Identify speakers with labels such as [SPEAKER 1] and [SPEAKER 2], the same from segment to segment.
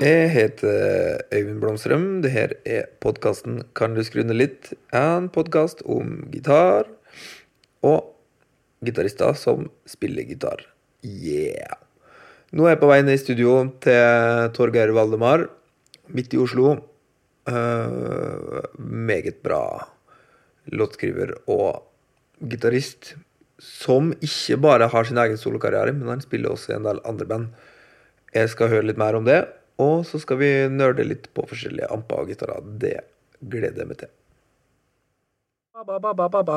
[SPEAKER 1] Jeg heter eh, Øyvind Blomstrøm. Det her er podkasten Kan du skru ned litt? En podkast om gitar og gitarister som spiller gitar. Yeah! Nå er jeg på vei ned i studio til Torgeir Valdemar midt i Oslo. Eh, meget bra låtskriver og gitarist som ikke bare har sin egen solokarriere, men han spiller også i en del andre band. Jeg skal høre litt mer om det, og så skal vi nerde litt på forskjellige amper og gitarer. Det gleder jeg meg til. Ba-ba-ba-ba-ba.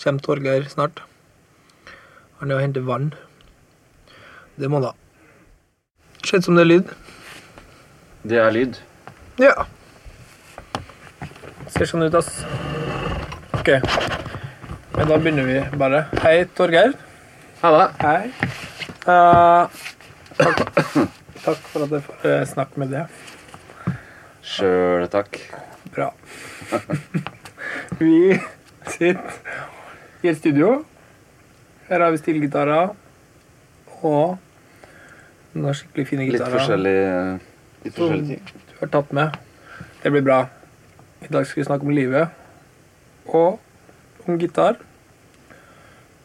[SPEAKER 1] Kjem Torgeir snart. Han er og henter vann. Det må da. Skjønt som det er lyd.
[SPEAKER 2] Det er lyd.
[SPEAKER 1] Ja. Ser sånn ut, ass. Ok. Men da begynner vi bare. Hei, Torgeir.
[SPEAKER 2] Halla.
[SPEAKER 1] Hei. Eh, takk. takk for at jeg får eh, snakke med deg.
[SPEAKER 2] Sjøl takk.
[SPEAKER 1] Bra. vi sitter i et studio. Her har vi stilgitarer og noen skikkelig fine
[SPEAKER 2] Litt
[SPEAKER 1] gitarer
[SPEAKER 2] forskjellig Litt forskjellige ting.
[SPEAKER 1] du har tatt med. Det blir bra. I dag skal vi snakke om livet og om gitar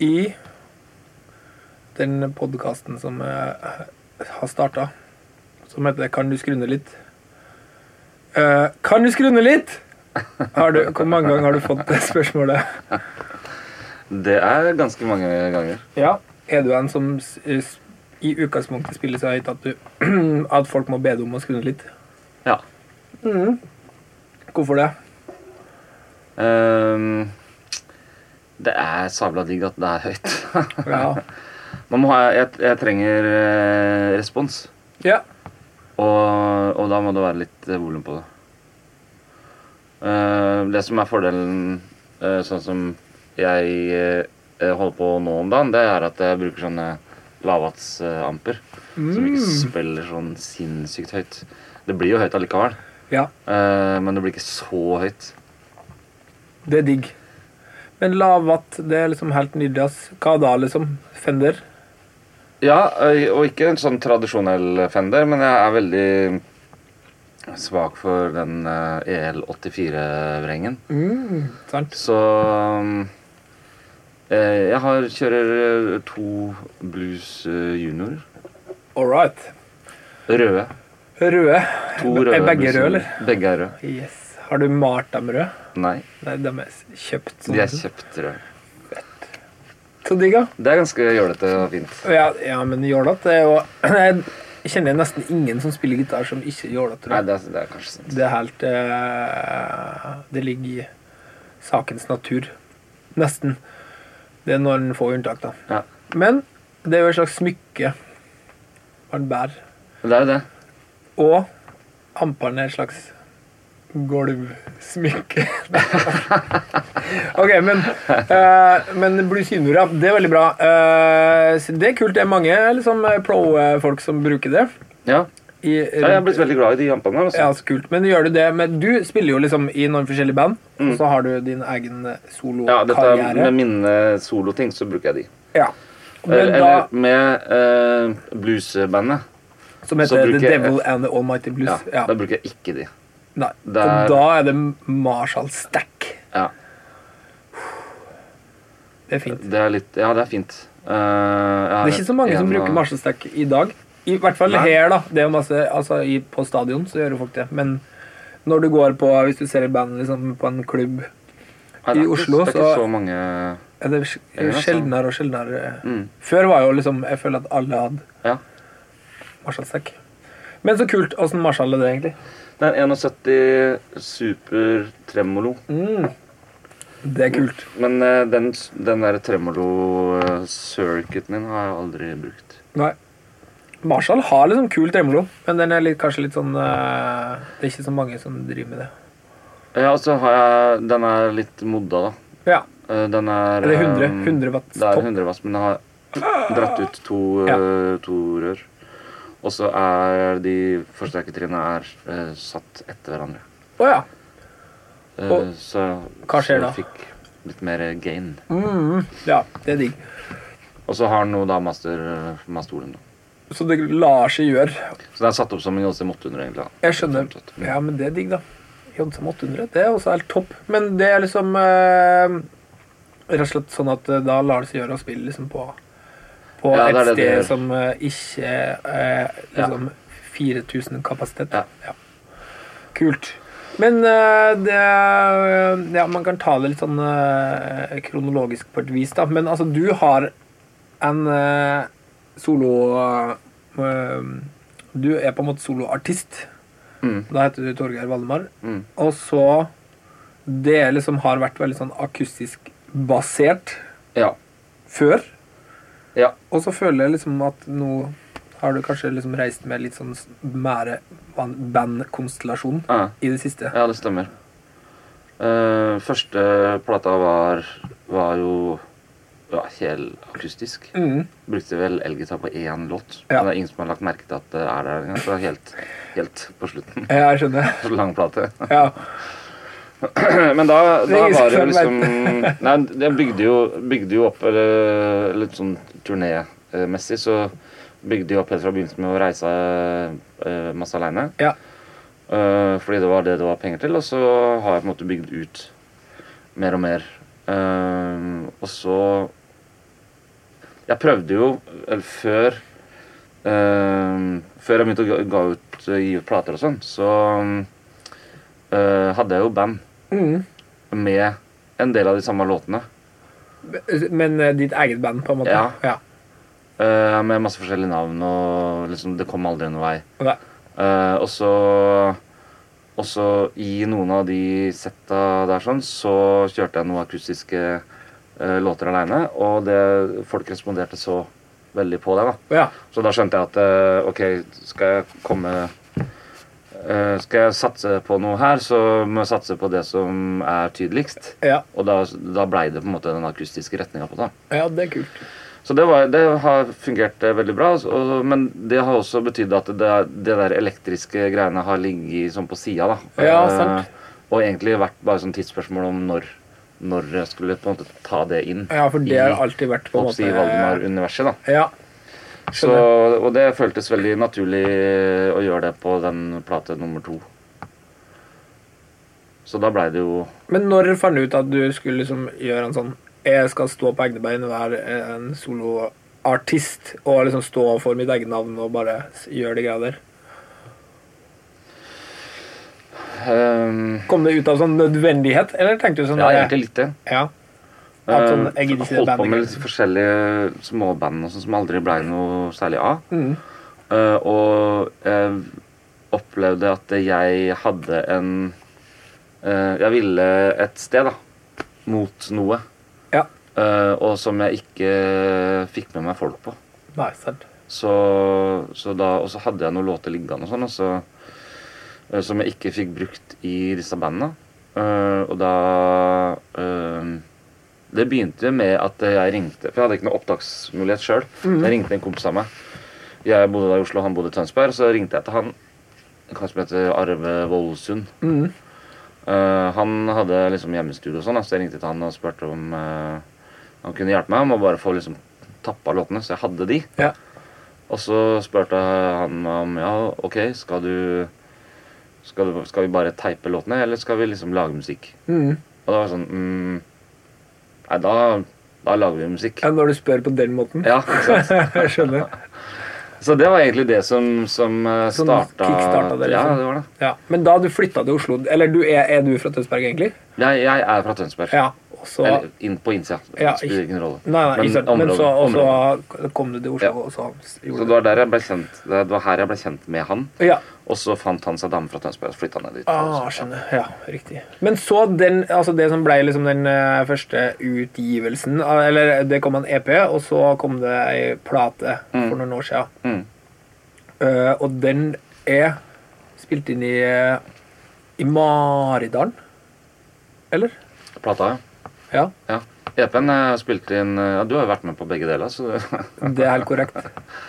[SPEAKER 1] i den podkasten som eh, har starta, som heter Kan du skru ned litt? Eh, kan du skru ned litt? Har du, hvor mange ganger har du fått det spørsmålet?
[SPEAKER 2] Det er ganske mange ganger.
[SPEAKER 1] Ja. Er du en som s- s- i utgangspunktet spiller så høyt at, du, at folk må be deg om å skru ned litt?
[SPEAKER 2] Ja.
[SPEAKER 1] Hvorfor det?
[SPEAKER 2] Ehm, det er sabla digg at det er høyt.
[SPEAKER 1] Ja.
[SPEAKER 2] Man må ha, jeg, jeg trenger eh, respons,
[SPEAKER 1] ja.
[SPEAKER 2] og, og da må det være litt eh, volum på det. Ehm, det som er fordelen, eh, sånn som jeg eh, holder på nå om dagen, det er at jeg bruker sånne lavvatts-amper. Som ikke spiller sånn sinnssykt høyt. Det blir jo høyt allikevel,
[SPEAKER 1] Ja,
[SPEAKER 2] eh, men det blir ikke så høyt.
[SPEAKER 1] det er digg. Men lavvatt, det er liksom helt nydelig. ass. Hva da, liksom? Fender?
[SPEAKER 2] Ja, øy, og ikke en sånn tradisjonell Fender, men jeg er veldig svak for den eh, EL84-vrengen.
[SPEAKER 1] Sant?
[SPEAKER 2] Så mm, eh, jeg har, kjører eh, to Blues eh, Junior.
[SPEAKER 1] All right.
[SPEAKER 2] Røde.
[SPEAKER 1] Røde.
[SPEAKER 2] To
[SPEAKER 1] Er
[SPEAKER 2] røde
[SPEAKER 1] begge
[SPEAKER 2] Blues
[SPEAKER 1] røde,
[SPEAKER 2] Junior.
[SPEAKER 1] eller?
[SPEAKER 2] Begge er røde.
[SPEAKER 1] Yes. Har du malt dem røde?
[SPEAKER 2] Nei,
[SPEAKER 1] Nei, de er s- kjøpt.
[SPEAKER 2] de er kjøpt røde.
[SPEAKER 1] Så digg, da.
[SPEAKER 2] Det er ganske jålete og fint.
[SPEAKER 1] Ja, ja, men jålete er jo Jeg kjenner nesten ingen som spiller gitar som ikke er jålete.
[SPEAKER 2] Nei,
[SPEAKER 1] tror jeg.
[SPEAKER 2] det er, det er kanskje sant.
[SPEAKER 1] Det er helt eh, Det ligger i sakens natur. Nesten. Det er noen få unntak, da.
[SPEAKER 2] Ja.
[SPEAKER 1] Men det er jo et slags smykke man bærer.
[SPEAKER 2] Det er jo det.
[SPEAKER 1] Og amperen er et slags gulvsmykke. ok, men, uh, men Blues Junior, ja. Det er veldig bra. Eh, så det er kult. Det er mange liksom, pro-folk som bruker det.
[SPEAKER 2] Ja.
[SPEAKER 1] I,
[SPEAKER 2] ja, jeg er blitt veldig glad i de jampene. Altså.
[SPEAKER 1] Ja, så kult. Men gjør du det Men du spiller jo liksom i noen forskjellige band, og så har du din egen
[SPEAKER 2] Mm.
[SPEAKER 1] eh,
[SPEAKER 2] Ja, dette er
[SPEAKER 1] solokarriere.
[SPEAKER 2] Med mine soloting så bruker jeg de.
[SPEAKER 1] Ja. Men
[SPEAKER 2] Eller
[SPEAKER 1] da
[SPEAKER 2] med eh, eh, bluesbandet.
[SPEAKER 1] Som
[SPEAKER 2] Så
[SPEAKER 1] heter The
[SPEAKER 2] bruker jeg-
[SPEAKER 1] Devil and the Almighty Blues.
[SPEAKER 2] Ja,
[SPEAKER 1] Ja,
[SPEAKER 2] Da bruker jeg ikke de.
[SPEAKER 1] Nei.
[SPEAKER 2] der-
[SPEAKER 1] Og da er det Marshall Stack.
[SPEAKER 2] Ja,
[SPEAKER 1] Det er fint.
[SPEAKER 2] det er litt Ja, det er fint. Eh, jeg har
[SPEAKER 1] Det er ikke så mange som
[SPEAKER 2] en
[SPEAKER 1] bruker
[SPEAKER 2] av-
[SPEAKER 1] Marshall Stack i dag. I hvert fall
[SPEAKER 2] Nei.
[SPEAKER 1] her, da. Det er jo masse, altså, i, på stadion så gjør jo folk det. Men når du går på Hvis du ser et band liksom, på en klubb,
[SPEAKER 2] Nei, det er
[SPEAKER 1] i
[SPEAKER 2] ikke-
[SPEAKER 1] Oslo,
[SPEAKER 2] Det er ikke
[SPEAKER 1] så-
[SPEAKER 2] så mange
[SPEAKER 1] er det sj-
[SPEAKER 2] Ja, sant.
[SPEAKER 1] sjeldnere og sjeldnere.
[SPEAKER 2] Mm.
[SPEAKER 1] Før var jo liksom Jeg føler at alle hadde
[SPEAKER 2] Ja.
[SPEAKER 1] Marshall Stack. Men så kult. Åssen Marshall er det, egentlig?
[SPEAKER 2] Det er en 71 super tremolo.
[SPEAKER 1] Det er kult.
[SPEAKER 2] Men eh, den, den der tremolo-circuiten min har jeg aldri brukt.
[SPEAKER 1] Nei. Marshall har liksom kul tremolo, men den er litt, kanskje litt sånn eh, Det er ikke så mange som driver med det.
[SPEAKER 2] Ja, og så har jeg Den er litt modda, da.
[SPEAKER 1] Ja.
[SPEAKER 2] Eh, Den er
[SPEAKER 1] Eller 100,
[SPEAKER 2] eh,
[SPEAKER 1] 100 watt
[SPEAKER 2] Det er
[SPEAKER 1] topp.
[SPEAKER 2] 100 watt, men den har dratt ut to, eh, to rør. Og så er de forsterkertrinnene er eh, satt etter hverandre.
[SPEAKER 1] Å ja.
[SPEAKER 2] Eh,
[SPEAKER 1] Og-
[SPEAKER 2] så
[SPEAKER 1] Hva skjer
[SPEAKER 2] så
[SPEAKER 1] da?
[SPEAKER 2] jeg fikk litt mer gain.
[SPEAKER 1] Ja, det er digg.
[SPEAKER 2] Og så har den jo da master, mastolen. Da.
[SPEAKER 1] Så det lar seg gjøre.
[SPEAKER 2] Så den er satt opp som en JC 800, egentlig. da.
[SPEAKER 1] Jeg skjønner. Ja, men det er digg, da. Jonsson 800, det er også helt topp. Men det er liksom eh, Rett og slett sånn at eh, da lar det seg gjøre å spille liksom på, på
[SPEAKER 2] Ja, det er
[SPEAKER 1] et
[SPEAKER 2] det det
[SPEAKER 1] sted
[SPEAKER 2] gjør.
[SPEAKER 1] som eh, ikke eh, liksom 4000 kapasitet.
[SPEAKER 2] Ja.
[SPEAKER 1] Kult. Men eh, det er- Ja, man kan ta det litt sånn eh, kronologisk på et vis, da. Men altså, du har en eh, solo eh, Du er på en måte soloartist.
[SPEAKER 2] Mm.
[SPEAKER 1] Da heter du Torgeir Valdemar.
[SPEAKER 2] Mm.
[SPEAKER 1] Og så Det liksom har vært veldig sånn akustisk basert
[SPEAKER 2] Ja.
[SPEAKER 1] før.
[SPEAKER 2] ja.
[SPEAKER 1] Og så føler jeg liksom at nå har du kanskje liksom reist med litt sånn mere ban- bandkonstellasjon
[SPEAKER 2] ja.
[SPEAKER 1] i det siste.
[SPEAKER 2] Ja, det stemmer. Eh, første plata var, var jo ja, hellakustisk.
[SPEAKER 1] Mm.
[SPEAKER 2] Brukte vel elgitar på én låt.
[SPEAKER 1] Ja.
[SPEAKER 2] Men det er ingen som har lagt merke til at det er der engang. Så helt, helt på slutten.
[SPEAKER 1] Ja, Jeg skjønner.
[SPEAKER 2] Så lang plate.
[SPEAKER 1] Ja.
[SPEAKER 2] Men da,
[SPEAKER 1] Det er
[SPEAKER 2] da
[SPEAKER 1] ingen
[SPEAKER 2] var det jo
[SPEAKER 1] som
[SPEAKER 2] liksom Nei, jeg bygde jo, bygde jo opp eller, litt sånn turnémessig, så bygde jeg opp helt fra begynnelsen med å reise eh, masse aleine.
[SPEAKER 1] ja.
[SPEAKER 2] Eh, fordi det var det det var penger til, og så har jeg på en måte bygd ut mer og mer. Eh, og så Jeg prøvde jo, eller før eh, Før jeg begynte å ga, ga ut, gi ut plater og sånn, så eh, hadde jeg jo band
[SPEAKER 1] Mm.
[SPEAKER 2] med en del av de samme låtene.
[SPEAKER 1] Men eh, ditt eget band, på en måte?
[SPEAKER 2] Ja.
[SPEAKER 1] ja.
[SPEAKER 2] eh, med masse forskjellige navn, og liksom, det kom aldri noen vei.
[SPEAKER 1] Nei.
[SPEAKER 2] Eh, og så og så i noen av de setta der sånn, så kjørte jeg noen akustiske eh, låter aleine. Og det, folk responderte så veldig på det. da.
[SPEAKER 1] Ja.
[SPEAKER 2] Så da skjønte jeg at eh, OK, skal jeg komme eh, Skal jeg satse på noe her, så må jeg satse på det som er tydeligst.
[SPEAKER 1] Ja.
[SPEAKER 2] Og da, da blei det på en måte den akustiske retninga på det. da.
[SPEAKER 1] ja, det er kult.
[SPEAKER 2] Så det, var, det har fungert eh, veldig bra. altså, Og, men det har også betydd at det, det der elektriske greiene har ligget sånn på sida. da.
[SPEAKER 1] Ja,
[SPEAKER 2] Eh,
[SPEAKER 1] sant.
[SPEAKER 2] og egentlig vært bare sånn tidsspørsmål om når, når jeg skulle på en måte ta det inn.
[SPEAKER 1] Ja, for det har alltid vært på en måte eh,
[SPEAKER 2] i Valdemar-universet. da.
[SPEAKER 1] Ja.
[SPEAKER 2] Så, og det føltes veldig naturlig eh, å gjøre det på den plate nummer to. Så da blei det jo
[SPEAKER 1] Men når fant du ut at du skulle liksom gjøre en sånn Jeg skal stå på egne bein og være en soloartist og liksom stå for mitt eget navn og bare s- gjøre de greia der?
[SPEAKER 2] eh,
[SPEAKER 1] Kom det ut av sånn nødvendighet, eller tenkte du sånn
[SPEAKER 2] Ja,
[SPEAKER 1] der-
[SPEAKER 2] egentlig litt det.
[SPEAKER 1] Ja. At sånn,
[SPEAKER 2] Eh,
[SPEAKER 1] jeg gidder ikke det
[SPEAKER 2] holdt på
[SPEAKER 1] bandet.
[SPEAKER 2] med litt forskjellige småband og sånn som aldri ble noe særlig av.
[SPEAKER 1] Mm.
[SPEAKER 2] Eh, og jeg opplevde at jeg hadde en eh, Jeg ville et sted, da. Mot noe.
[SPEAKER 1] Ja.
[SPEAKER 2] eh, og som jeg ikke fikk med meg folk på.
[SPEAKER 1] Nei, sant.
[SPEAKER 2] Så, så da, og så hadde jeg noen låter liggende og sånn, og så, eh, som jeg ikke fikk brukt i disse bandene. Eh, og da eh, Det begynte med at jeg ringte For jeg hadde ikke noen opptaksmulighet sjøl. Jeg ringte en kompis av meg. Jeg bodde da i Oslo, han bodde i Tønsberg. Så ringte jeg til han, en kar som heter Arve Voldsund. Eh, han hadde liksom hjemmestudio og sånn, da, så jeg ringte til han og spurte om eh, han kunne hjelpe meg med å bare få liksom tappa låtene, så jeg hadde de.
[SPEAKER 1] Ja.
[SPEAKER 2] Og så spurte han meg om ja, ok, skal du skal, du, skal vi bare teipe låtene, eller skal vi liksom lage musikk? Og da var det sånn mm, Nei, da, da lager vi musikk.
[SPEAKER 1] Ja, når du spør på den måten.
[SPEAKER 2] Ja, ikke sant?
[SPEAKER 1] jeg skjønner.
[SPEAKER 2] Så det var egentlig det som, som eh,
[SPEAKER 1] Som
[SPEAKER 2] starta
[SPEAKER 1] kickstarta det,
[SPEAKER 2] Ja,
[SPEAKER 1] liksom.
[SPEAKER 2] det var det.
[SPEAKER 1] Ja. Men da du flytta til Oslo Eller du, er, er du fra Tønsberg, egentlig?
[SPEAKER 2] Jeg, jeg er fra Tønsberg.
[SPEAKER 1] Ja. Og så Nei,
[SPEAKER 2] Eller inn på innsida. Det
[SPEAKER 1] Ja,
[SPEAKER 2] spiller
[SPEAKER 1] ikke-
[SPEAKER 2] ingen rolle.
[SPEAKER 1] nei, ikke sant. Men
[SPEAKER 2] området-
[SPEAKER 1] så, og
[SPEAKER 2] området.
[SPEAKER 1] så kom du til Oslo,
[SPEAKER 2] Ja.
[SPEAKER 1] og så
[SPEAKER 2] Så
[SPEAKER 1] gjorde
[SPEAKER 2] det var der jeg ble kjent Det var her jeg ble kjent med han.
[SPEAKER 1] du Ja.
[SPEAKER 2] Og så fant han seg dame fra Tønsberg og så flytta ned dit.
[SPEAKER 1] Ah, skjønner. Ja, riktig. Men så den, altså det som ble liksom den eh, første utgivelsen eh, Eller det kom en EP, og så kom det ei plate for noen år siden.
[SPEAKER 2] Mm.
[SPEAKER 1] Eh, og den er spilt inn i, eh, i Maridalen. Eller?
[SPEAKER 2] Plata, ja.
[SPEAKER 1] Ja,
[SPEAKER 2] ja. EP-en eh, spilte inn eh, ja, Du har jo vært med på begge deler, så
[SPEAKER 1] det er helt korrekt.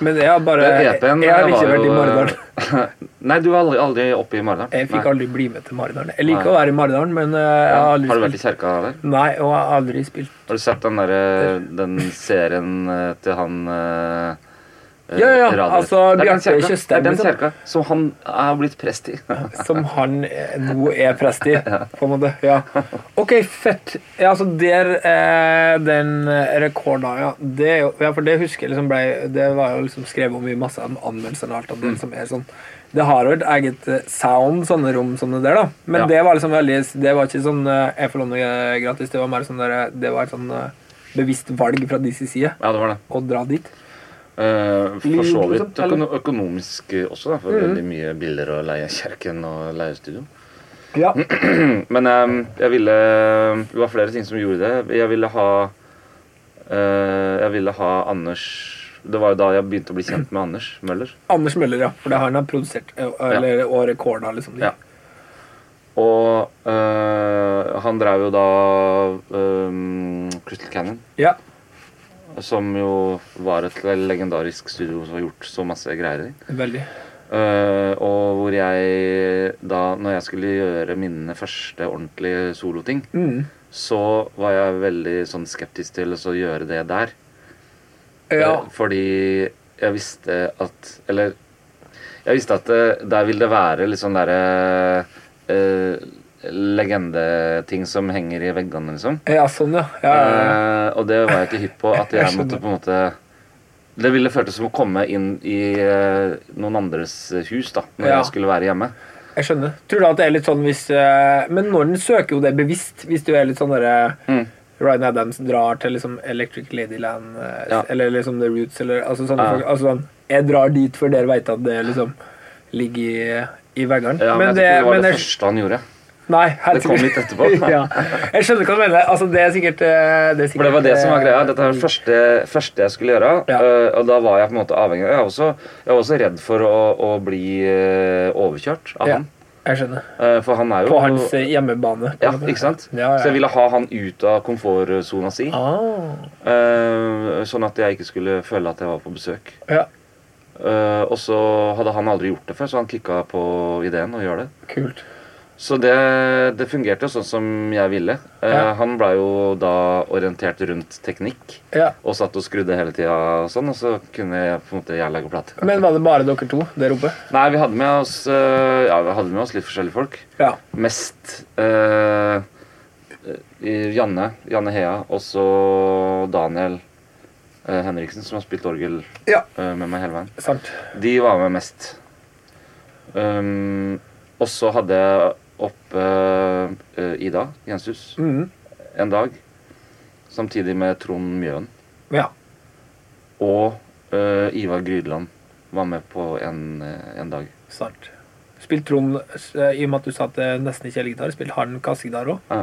[SPEAKER 1] Men jeg har bare
[SPEAKER 2] Den
[SPEAKER 1] Jeg,
[SPEAKER 2] EP-en
[SPEAKER 1] har
[SPEAKER 2] E var
[SPEAKER 1] ikke vært i
[SPEAKER 2] jo, eh,
[SPEAKER 1] Maridalen.
[SPEAKER 2] Nei, du var aldri, aldri oppe i Maridalen.
[SPEAKER 1] Jeg fikk
[SPEAKER 2] Nei.
[SPEAKER 1] aldri bli med til Maridalen. Jeg liker å være i Maridalen, men eh, jeg har aldri
[SPEAKER 2] Har du vært i
[SPEAKER 1] spilt
[SPEAKER 2] kjerka der?
[SPEAKER 1] Nei, og jeg har aldri spilt
[SPEAKER 2] Har du sett den,
[SPEAKER 1] Eh.
[SPEAKER 2] der, eh, den serien eh, til han eh,
[SPEAKER 1] Ja, ja, ja,
[SPEAKER 2] radio-
[SPEAKER 1] altså,
[SPEAKER 2] Det er den
[SPEAKER 1] Bjarte
[SPEAKER 2] kjerka-
[SPEAKER 1] Tjøstheim,
[SPEAKER 2] Det er den
[SPEAKER 1] liksom.
[SPEAKER 2] kjerka som han er blitt prest i.
[SPEAKER 1] Som han eh, nå er prest i, på en måte. Ja. Ok, fett. Ja, altså der eh, Den rekorda, ja. Det, er jo- ja, for det husker jeg liksom ble Det var jo liksom skrevet om i masse av anmeldelsene og alt av det
[SPEAKER 2] Mm.
[SPEAKER 1] som er sånn Det har jo et eget eh, sound, sånne rom som det der, da. Men
[SPEAKER 2] Ja.
[SPEAKER 1] det var liksom veldig Det var ikke sånn eh, Jeg får låne eh, gratis. Det var mer sånn der eh, Det var et sånn eh, bevisst valg fra de sin side
[SPEAKER 2] Ja, det var det.
[SPEAKER 1] eh, å dra dit.
[SPEAKER 2] Eh, for så
[SPEAKER 1] Lyd,
[SPEAKER 2] vidt
[SPEAKER 1] liksom, eller? Mm.
[SPEAKER 2] økono økonomisk eh, også, da, for veldig mye billigere å leie kjerken og leie studio.
[SPEAKER 1] Ja.
[SPEAKER 2] Men eh, jeg ville ehm, Det var flere ting som gjorde det. Jeg ville ha eh, Jeg ville ha Anders Det var jo da jeg begynte å bli kjent med Anders Møller.
[SPEAKER 1] Anders Møller, ja. For det er han har produsert eh, eller, og rekorda, liksom. de.
[SPEAKER 2] Ja. Og eh, han drev jo da eh, Crystal Cannon,
[SPEAKER 1] ja.
[SPEAKER 2] som jo var et legendarisk studio som har gjort så masse greier i.
[SPEAKER 1] Veldig.
[SPEAKER 2] Eh, og hvor jeg da, når jeg skulle gjøre mine første ordentlige soloting, så var jeg veldig sånn skeptisk til å gjøre det der.
[SPEAKER 1] Ja.
[SPEAKER 2] Eh, Fordi jeg visste at Eller jeg visste at eh, der vil det være litt sånn derre eh, legendeting som henger i veggene, liksom.
[SPEAKER 1] Ja, sånn, ja. ja, ja, ja.
[SPEAKER 2] Eh, og det var jeg ikke hypp på. At jeg,
[SPEAKER 1] Jeg skjønner.
[SPEAKER 2] måtte på en måte Det ville føltes som å komme inn i eh, noen andres hus da når
[SPEAKER 1] Ja.
[SPEAKER 2] jeg skulle være hjemme.
[SPEAKER 1] Jeg skjønner. Tror du at det er litt sånn hvis eh, Men Norden søker jo det bevisst, hvis du er litt sånn derre
[SPEAKER 2] Mm.
[SPEAKER 1] Ryan Adams drar til liksom Electric Ladyland eh,
[SPEAKER 2] Ja.
[SPEAKER 1] eller liksom The Roots eller altså sånne
[SPEAKER 2] Ja.
[SPEAKER 1] folk. Altså sånn Jeg drar dit, for dere veit at det liksom ligger i, i veggene.
[SPEAKER 2] Ja, men, jeg tror ikke
[SPEAKER 1] men,
[SPEAKER 2] det var
[SPEAKER 1] men
[SPEAKER 2] det
[SPEAKER 1] jeg-
[SPEAKER 2] første han gjorde.
[SPEAKER 1] Nei, helt
[SPEAKER 2] Det kom
[SPEAKER 1] sikkert.
[SPEAKER 2] litt etterpå.
[SPEAKER 1] ja. Jeg skjønner hva du mener. Altså, det er sikkert eh, Det er sikkert
[SPEAKER 2] For det var det som var
[SPEAKER 1] eh,
[SPEAKER 2] greia. Dette var det første, første jeg skulle gjøre.
[SPEAKER 1] Ja.
[SPEAKER 2] eh, og da var jeg på en måte avhengig Jeg var også, jeg var også redd for å, å bli eh, overkjørt av
[SPEAKER 1] Ja,
[SPEAKER 2] han.
[SPEAKER 1] jeg skjønner.
[SPEAKER 2] Eh, for han er jo
[SPEAKER 1] På hans eh, hjemmebane. på
[SPEAKER 2] ja,
[SPEAKER 1] en måte.
[SPEAKER 2] ikke sant?
[SPEAKER 1] Ja, ja.
[SPEAKER 2] Så jeg ville ha han ut av komfortsona si.
[SPEAKER 1] Ah,
[SPEAKER 2] eh, sånn at jeg ikke skulle føle at jeg var på besøk.
[SPEAKER 1] ja.
[SPEAKER 2] Eh, og så hadde han aldri gjort det før, så han klikka på ideen å gjøre det.
[SPEAKER 1] Kult.
[SPEAKER 2] Så det, det fungerte jo sånn som jeg ville. Eh,
[SPEAKER 1] Ja.
[SPEAKER 2] Han blei jo da orientert rundt teknikk
[SPEAKER 1] Ja.
[SPEAKER 2] og satt og skrudde hele tida og sånn, og så kunne jeg på en måte jeg lage plate.
[SPEAKER 1] Men var det bare dere to der oppe?
[SPEAKER 2] Nei, vi hadde med oss eh, Ja, vi hadde med oss litt forskjellige folk.
[SPEAKER 1] Ja.
[SPEAKER 2] Mest eh, eh, Janne, Janne Hea, og så Daniel eh, Henriksen, som har spilt orgel
[SPEAKER 1] Ja.
[SPEAKER 2] eh, med meg hele veien.
[SPEAKER 1] Sant.
[SPEAKER 2] De var med mest. Um, og så hadde jeg oppe eh, Ida Jenshus
[SPEAKER 1] Mm.
[SPEAKER 2] en dag. Samtidig med Trond Mjøen.
[SPEAKER 1] Ja.
[SPEAKER 2] Og eh, Ivar Grydland var med på en, eh, en dag.
[SPEAKER 1] Sant. Spilte Trond, s- i og med at du sa at det nesten ikke er gitar, spilte han kassegitar òg?
[SPEAKER 2] Ja.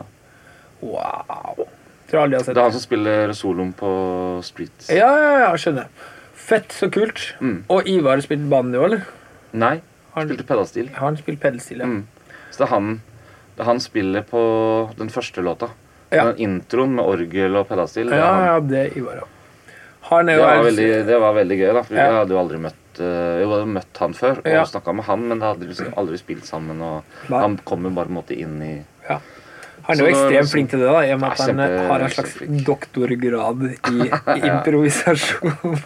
[SPEAKER 1] Wow. Tror jeg aldri jeg har
[SPEAKER 2] Det
[SPEAKER 1] sett.
[SPEAKER 2] er han som spiller soloen på Streets.
[SPEAKER 1] Ja, ja, ja, skjønner. Fett, så kult.
[SPEAKER 2] Mm.
[SPEAKER 1] Og Ivar spilte banjo, eller?
[SPEAKER 2] Nei,
[SPEAKER 1] Han-
[SPEAKER 2] spilte pedalstil.
[SPEAKER 1] Han spilte pedelstil, ja.
[SPEAKER 2] Mm. Så det er han det er han spiller på den første låta.
[SPEAKER 1] Ja.
[SPEAKER 2] Den introen med orgel og pedalstil. det er
[SPEAKER 1] ja.
[SPEAKER 2] han.
[SPEAKER 1] Ja, det er Ivar, ja. Han er
[SPEAKER 2] Det
[SPEAKER 1] jo
[SPEAKER 2] var, veldig, det var veldig gøy, da. For
[SPEAKER 1] altså- Ja.
[SPEAKER 2] Jeg hadde jo aldri møtt eh, Jo, jeg hadde møtt han før og
[SPEAKER 1] Ja.
[SPEAKER 2] snakket med han, men jeg hadde liksom aldri spilt sammen. Og
[SPEAKER 1] Nei.
[SPEAKER 2] han kom jo bare på en måte inn i
[SPEAKER 1] ja. Han er
[SPEAKER 2] Så
[SPEAKER 1] jo
[SPEAKER 2] nå er det
[SPEAKER 1] ekstremt
[SPEAKER 2] liksom-
[SPEAKER 1] flink til det, da, i og med at
[SPEAKER 2] Ja,
[SPEAKER 1] han eh,
[SPEAKER 2] kjempe-
[SPEAKER 1] har en slags
[SPEAKER 2] kjempeflink.
[SPEAKER 1] doktorgrad i improvisasjon.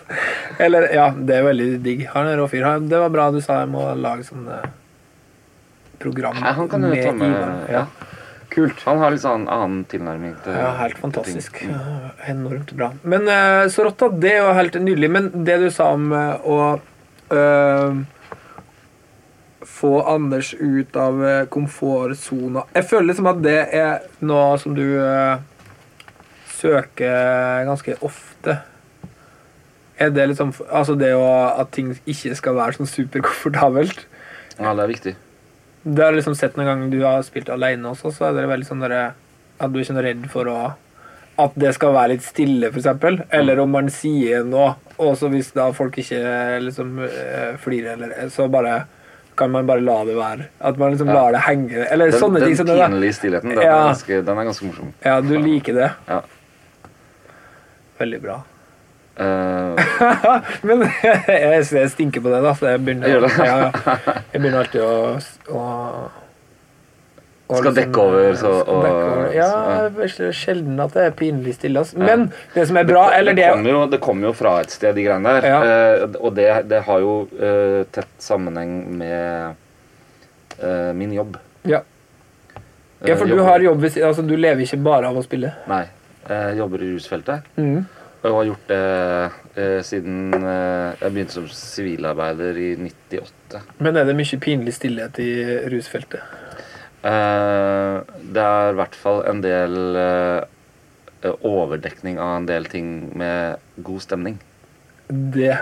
[SPEAKER 1] Eller, ja, det er veldig digg. Han er en rå fyr. Han- Det var bra du sa jeg må lage sånn eh, program
[SPEAKER 2] Nei, han kan jo ta med
[SPEAKER 1] Ivar.
[SPEAKER 2] ja.
[SPEAKER 1] Ja. Kult.
[SPEAKER 2] Han har litt sånn annen tilnærming til
[SPEAKER 1] Ja, helt
[SPEAKER 2] til
[SPEAKER 1] fantastisk.
[SPEAKER 2] ting. Mm.
[SPEAKER 1] Ja, enormt bra. Men eh, så rått, da. Det er jo helt nydelig. Men det du sa om eh, å eh, få Anders ut av eh, komfortsona Jeg føler liksom at det er noe som du eh, søker ganske ofte. Er det liksom Altså det å, at ting ikke skal være sånn superkomfortabelt?
[SPEAKER 2] Ja, det er viktig.
[SPEAKER 1] Det har jeg liksom sett noen ganger du har spilt alene også, så er det veldig sånn derre At du er ikke noe redd for å At det skal være litt stille, for eksempel. Eller om man sier noe, og så hvis da folk ikke liksom eh, flirer, eller Så bare kan man bare la det være. At man liksom
[SPEAKER 2] Ja.
[SPEAKER 1] lar det henge. Eller
[SPEAKER 2] Den,
[SPEAKER 1] sånne
[SPEAKER 2] den
[SPEAKER 1] ting som det der.
[SPEAKER 2] pinlige stillheten, den, er
[SPEAKER 1] Ja.
[SPEAKER 2] ganske, den er ganske morsom.
[SPEAKER 1] Ja, du liker det.
[SPEAKER 2] Ja.
[SPEAKER 1] Veldig bra.
[SPEAKER 2] Eh,
[SPEAKER 1] Men jeg, jeg stinker på det, da. Så jeg begynner,
[SPEAKER 2] Jeg gjør det.
[SPEAKER 1] Ja, ja. jeg begynner alltid å, å, å liksom
[SPEAKER 2] Skal dekke over, så-
[SPEAKER 1] skal dekke
[SPEAKER 2] og-
[SPEAKER 1] over. Ja, det er sjelden at det er pinlig stille. ass. Men det som er bra, eller det
[SPEAKER 2] det kommer jo, det kommer jo fra et sted, de greiene der.
[SPEAKER 1] Ja.
[SPEAKER 2] Eh, og det, det har jo eh, tett sammenheng med eh, min jobb.
[SPEAKER 1] ja. ja, for
[SPEAKER 2] Eh,
[SPEAKER 1] du
[SPEAKER 2] jobber-
[SPEAKER 1] har jobb ved siden Altså, du lever ikke bare av å spille.
[SPEAKER 2] Nei. Jeg jobber i rusfeltet.
[SPEAKER 1] Mhm.
[SPEAKER 2] Og har gjort det eh, siden eh, jeg begynte som sivilarbeider i 98.
[SPEAKER 1] Men er det mye pinlig stillhet i rusfeltet?
[SPEAKER 2] Eh, det er i hvert fall en del eh, overdekning av en del ting med god stemning.
[SPEAKER 1] Det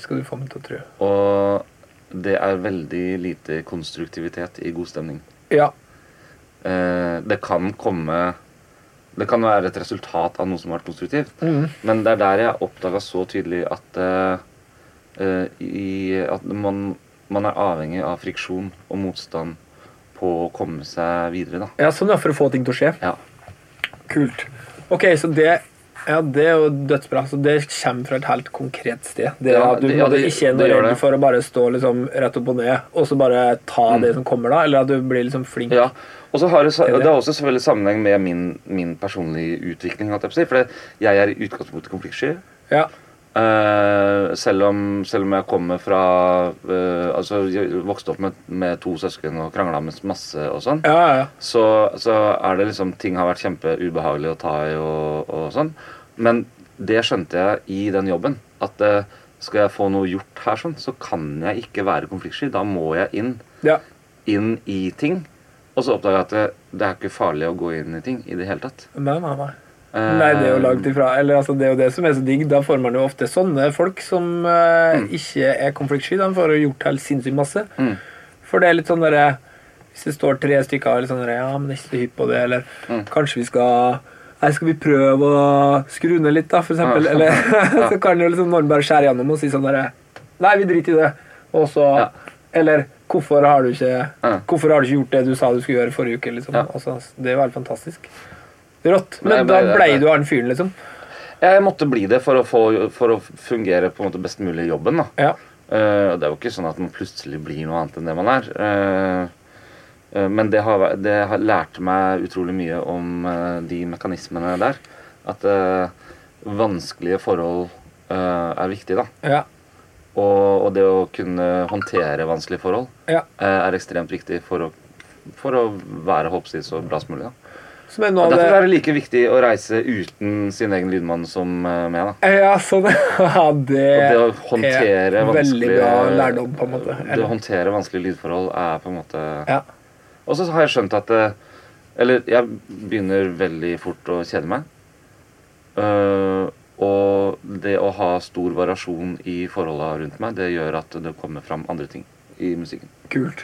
[SPEAKER 1] skal du få meg til å tro.
[SPEAKER 2] Og det er veldig lite konstruktivitet i god stemning.
[SPEAKER 1] Ja.
[SPEAKER 2] Eh, det kan komme Det kan være et resultat av noe som har vært konstruktivt. Men det er der jeg oppdaga så tydelig at, eh, eh, i, at man, man er avhengig av friksjon og motstand på å komme seg videre. da.
[SPEAKER 1] ja, sånn er for å få ting til å skje.
[SPEAKER 2] Ja.
[SPEAKER 1] Kult. Ok, så det ja, det er jo dødsbra. Så det kommer fra et helt konkret sted. Det
[SPEAKER 2] Ja,
[SPEAKER 1] at du
[SPEAKER 2] det-
[SPEAKER 1] på en
[SPEAKER 2] ja,
[SPEAKER 1] måte
[SPEAKER 2] det-
[SPEAKER 1] ikke er noe
[SPEAKER 2] det gjør
[SPEAKER 1] redd
[SPEAKER 2] det.
[SPEAKER 1] for å bare stå liksom rett opp og ned, og så bare ta det som kommer, da? Eller at du blir liksom flink?
[SPEAKER 2] Mm. Ja, og så har det, sa-
[SPEAKER 1] Til det.
[SPEAKER 2] det har også selvfølgelig sammenheng med min, min personlige utvikling. holdt jeg på å si, For det- jeg er i utgangspunktet konfliktsky.
[SPEAKER 1] Ja.
[SPEAKER 2] Eh, selv, om, selv om jeg kommer fra eh, Altså, jeg vokste opp med, med to søsken og krangla med masse og sånn.
[SPEAKER 1] Ja, ja, ja.
[SPEAKER 2] så, så er det liksom Ting har vært kjempeubehagelig å ta i og, og sånn. Men det skjønte jeg i den jobben. At eh, skal jeg få noe gjort her, sånn, så kan jeg ikke være konfliktsky. Da må jeg inn,
[SPEAKER 1] ja.
[SPEAKER 2] inn i ting. Og så oppdaga jeg at det, det er ikke farlig å gå inn i ting i det hele tatt.
[SPEAKER 1] Nei, nei, nei.
[SPEAKER 2] Eh,
[SPEAKER 1] Nei, det er jo lagd ifra Eller altså, det er jo det som er så digg. Da får man jo ofte sånne folk som eh, ikke er konfliktsky. De får jo gjort helt sinnssykt masse.
[SPEAKER 2] Mm.
[SPEAKER 1] For det er litt sånn derre Hvis det står tre stykker eller sånn derre, Ja, men jeg er ikke så hypp på det, eller
[SPEAKER 2] Mm.
[SPEAKER 1] Kanskje vi skal Nei, skal vi prøve å skru ned litt, da, for
[SPEAKER 2] Ah. Ja.
[SPEAKER 1] eksempel? Eller så kan jo liksom noen bare skjære gjennom og si sånn derre Nei, vi driter i det. Og så
[SPEAKER 2] Ja.
[SPEAKER 1] Eller Hvorfor har, du ikke,
[SPEAKER 2] Ja.
[SPEAKER 1] hvorfor har du ikke gjort det du sa du skulle gjøre forrige uke? liksom?
[SPEAKER 2] Ja.
[SPEAKER 1] Altså, det er jo helt fantastisk. Rått.
[SPEAKER 2] Men jeg
[SPEAKER 1] Men da
[SPEAKER 2] ble-
[SPEAKER 1] blei
[SPEAKER 2] jeg-
[SPEAKER 1] du han fyren, liksom?
[SPEAKER 2] Jeg måtte bli det for å, få, for å fungere på en måte best mulig i jobben. da.
[SPEAKER 1] Ja.
[SPEAKER 2] Eh, og det er jo ikke sånn at man plutselig blir noe annet enn det man er. Eh, eh, men det har, væ- det har lært meg utrolig mye om eh, de mekanismene der. At eh, vanskelige forhold eh, er viktig, da.
[SPEAKER 1] Ja.
[SPEAKER 2] Og, og det å kunne håndtere vanskelige forhold
[SPEAKER 1] ja.
[SPEAKER 2] eh, er ekstremt viktig for å, for å være håpsig så bra som mulig. da.
[SPEAKER 1] Som er noe
[SPEAKER 2] Og
[SPEAKER 1] av
[SPEAKER 2] derfor
[SPEAKER 1] det
[SPEAKER 2] er det like viktig å reise uten sin egen lydmann som eh, med. da.
[SPEAKER 1] Ja, sånn. Ja, det,
[SPEAKER 2] Og det å håndtere
[SPEAKER 1] er veldig
[SPEAKER 2] vanskelige
[SPEAKER 1] bra lærdom, på en måte.
[SPEAKER 2] Det å
[SPEAKER 1] Eller,
[SPEAKER 2] håndtere vanskelige lydforhold er på en måte
[SPEAKER 1] ja.
[SPEAKER 2] Og så har jeg skjønt at eh, Eller jeg begynner veldig fort å kjede meg. Eh, og det å ha stor variasjon i forholda rundt meg, det gjør at det kommer fram andre ting i musikken.
[SPEAKER 1] Kult.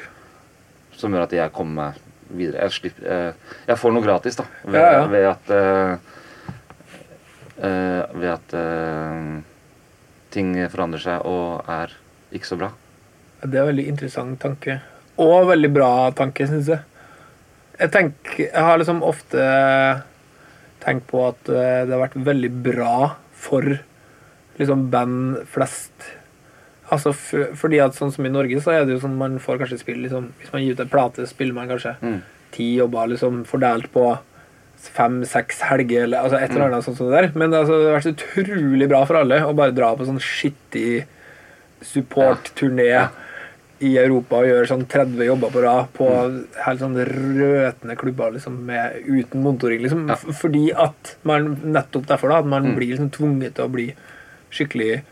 [SPEAKER 2] Som gjør at jeg kommer meg videre. Jeg, slipper, eh, jeg får noe gratis, da. Ved,
[SPEAKER 1] Ja, ja.
[SPEAKER 2] ved at eh, eh, Ved at eh, ting forandrer seg og er ikke så bra.
[SPEAKER 1] Det er en veldig interessant tanke. Og veldig bra tanke, syns jeg. Jeg, tenker, jeg har liksom ofte tenkt på at eh, det har vært veldig bra for liksom band flest. Altså f fordi at sånn som i Norge, så er det jo sånn man får kanskje spille liksom, Hvis man gir ut en plate, spiller man kanskje
[SPEAKER 3] ti jobber liksom fordelt på fem-seks helger, eller altså et eller annet sånt som det der. Men altså, det har vært utrolig bra for alle å bare dra på sånn skittig support-turné i Europa og gjøre sånn 30 jobber på rad på helt sånn røtende klubber liksom, med, uten motoring. Liksom, f- Fordi at man nettopp derfor da, at man blir liksom tvunget til å bli skikkelig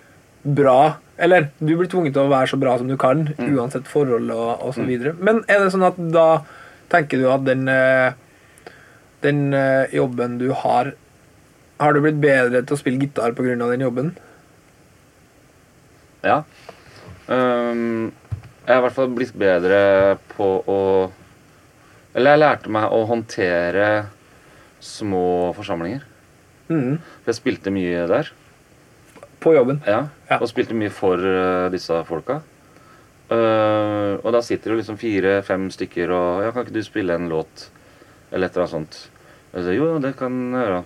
[SPEAKER 3] bra. Eller du blir tvunget til å være så bra som du kan, uansett forhold og, og så videre. Men er det sånn at da tenker du at den, eh, den eh, jobben du har Har du blitt bedre til å spille gitar pga. den jobben?
[SPEAKER 2] Ja. Ehm, jeg har i hvert fall blitt bedre på å Eller jeg lærte meg å håndtere små forsamlinger.
[SPEAKER 3] Mhm.
[SPEAKER 2] For jeg spilte mye der.
[SPEAKER 3] På jobben.
[SPEAKER 2] Ja,
[SPEAKER 3] Ja.
[SPEAKER 2] Og spilte mye for eh, disse folka. Eh, og da sitter det liksom fire-fem stykker og ja, 'Kan ikke du spille en låt?' Eller et eller annet sånt. Og jeg sier, jo, det kan jeg gjøre.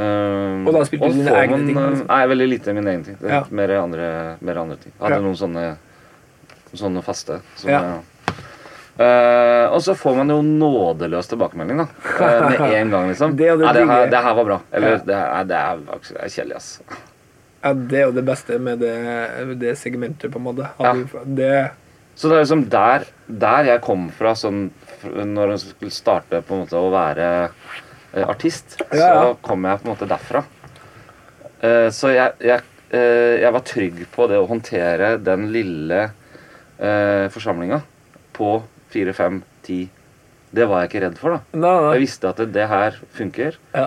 [SPEAKER 2] Eh,
[SPEAKER 3] Og da spilte du dine
[SPEAKER 2] får
[SPEAKER 3] egne
[SPEAKER 2] man,
[SPEAKER 3] ting,
[SPEAKER 2] eh,
[SPEAKER 3] liksom?
[SPEAKER 2] Nei, veldig lite mine egne ting. Det er
[SPEAKER 3] Ja.
[SPEAKER 2] Mer, andre, mer andre ting. Jeg hadde
[SPEAKER 3] Ja.
[SPEAKER 2] noen sånne, sånne faste. Som
[SPEAKER 3] Ja.
[SPEAKER 2] jeg- Eh, og så får man jo nådeløs tilbakemelding, da. Eh, med en gang, liksom.
[SPEAKER 3] Det er jo det
[SPEAKER 2] ja, det, her,
[SPEAKER 3] digge.
[SPEAKER 2] det her var bra. Eller
[SPEAKER 3] Ja.
[SPEAKER 2] det, her, det, er, det er kjedelig, ass.
[SPEAKER 3] Ja, det er jo det beste med det, det segmentet, på en måte.
[SPEAKER 2] Ja.
[SPEAKER 3] At du- Det,
[SPEAKER 2] Så det er liksom der, der jeg kom fra sånn f- Når jeg skulle starte på en måte å være eh, artist,
[SPEAKER 3] Ja, ja.
[SPEAKER 2] så kom jeg på en måte derfra. Eh, så jeg, jeg, eh, jeg var trygg på det å håndtere den lille eh, forsamlinga på fire, fem, ti. Det var jeg ikke redd for, da.
[SPEAKER 3] nei, nei.
[SPEAKER 2] Jeg visste at det, det her funker.
[SPEAKER 3] Ja.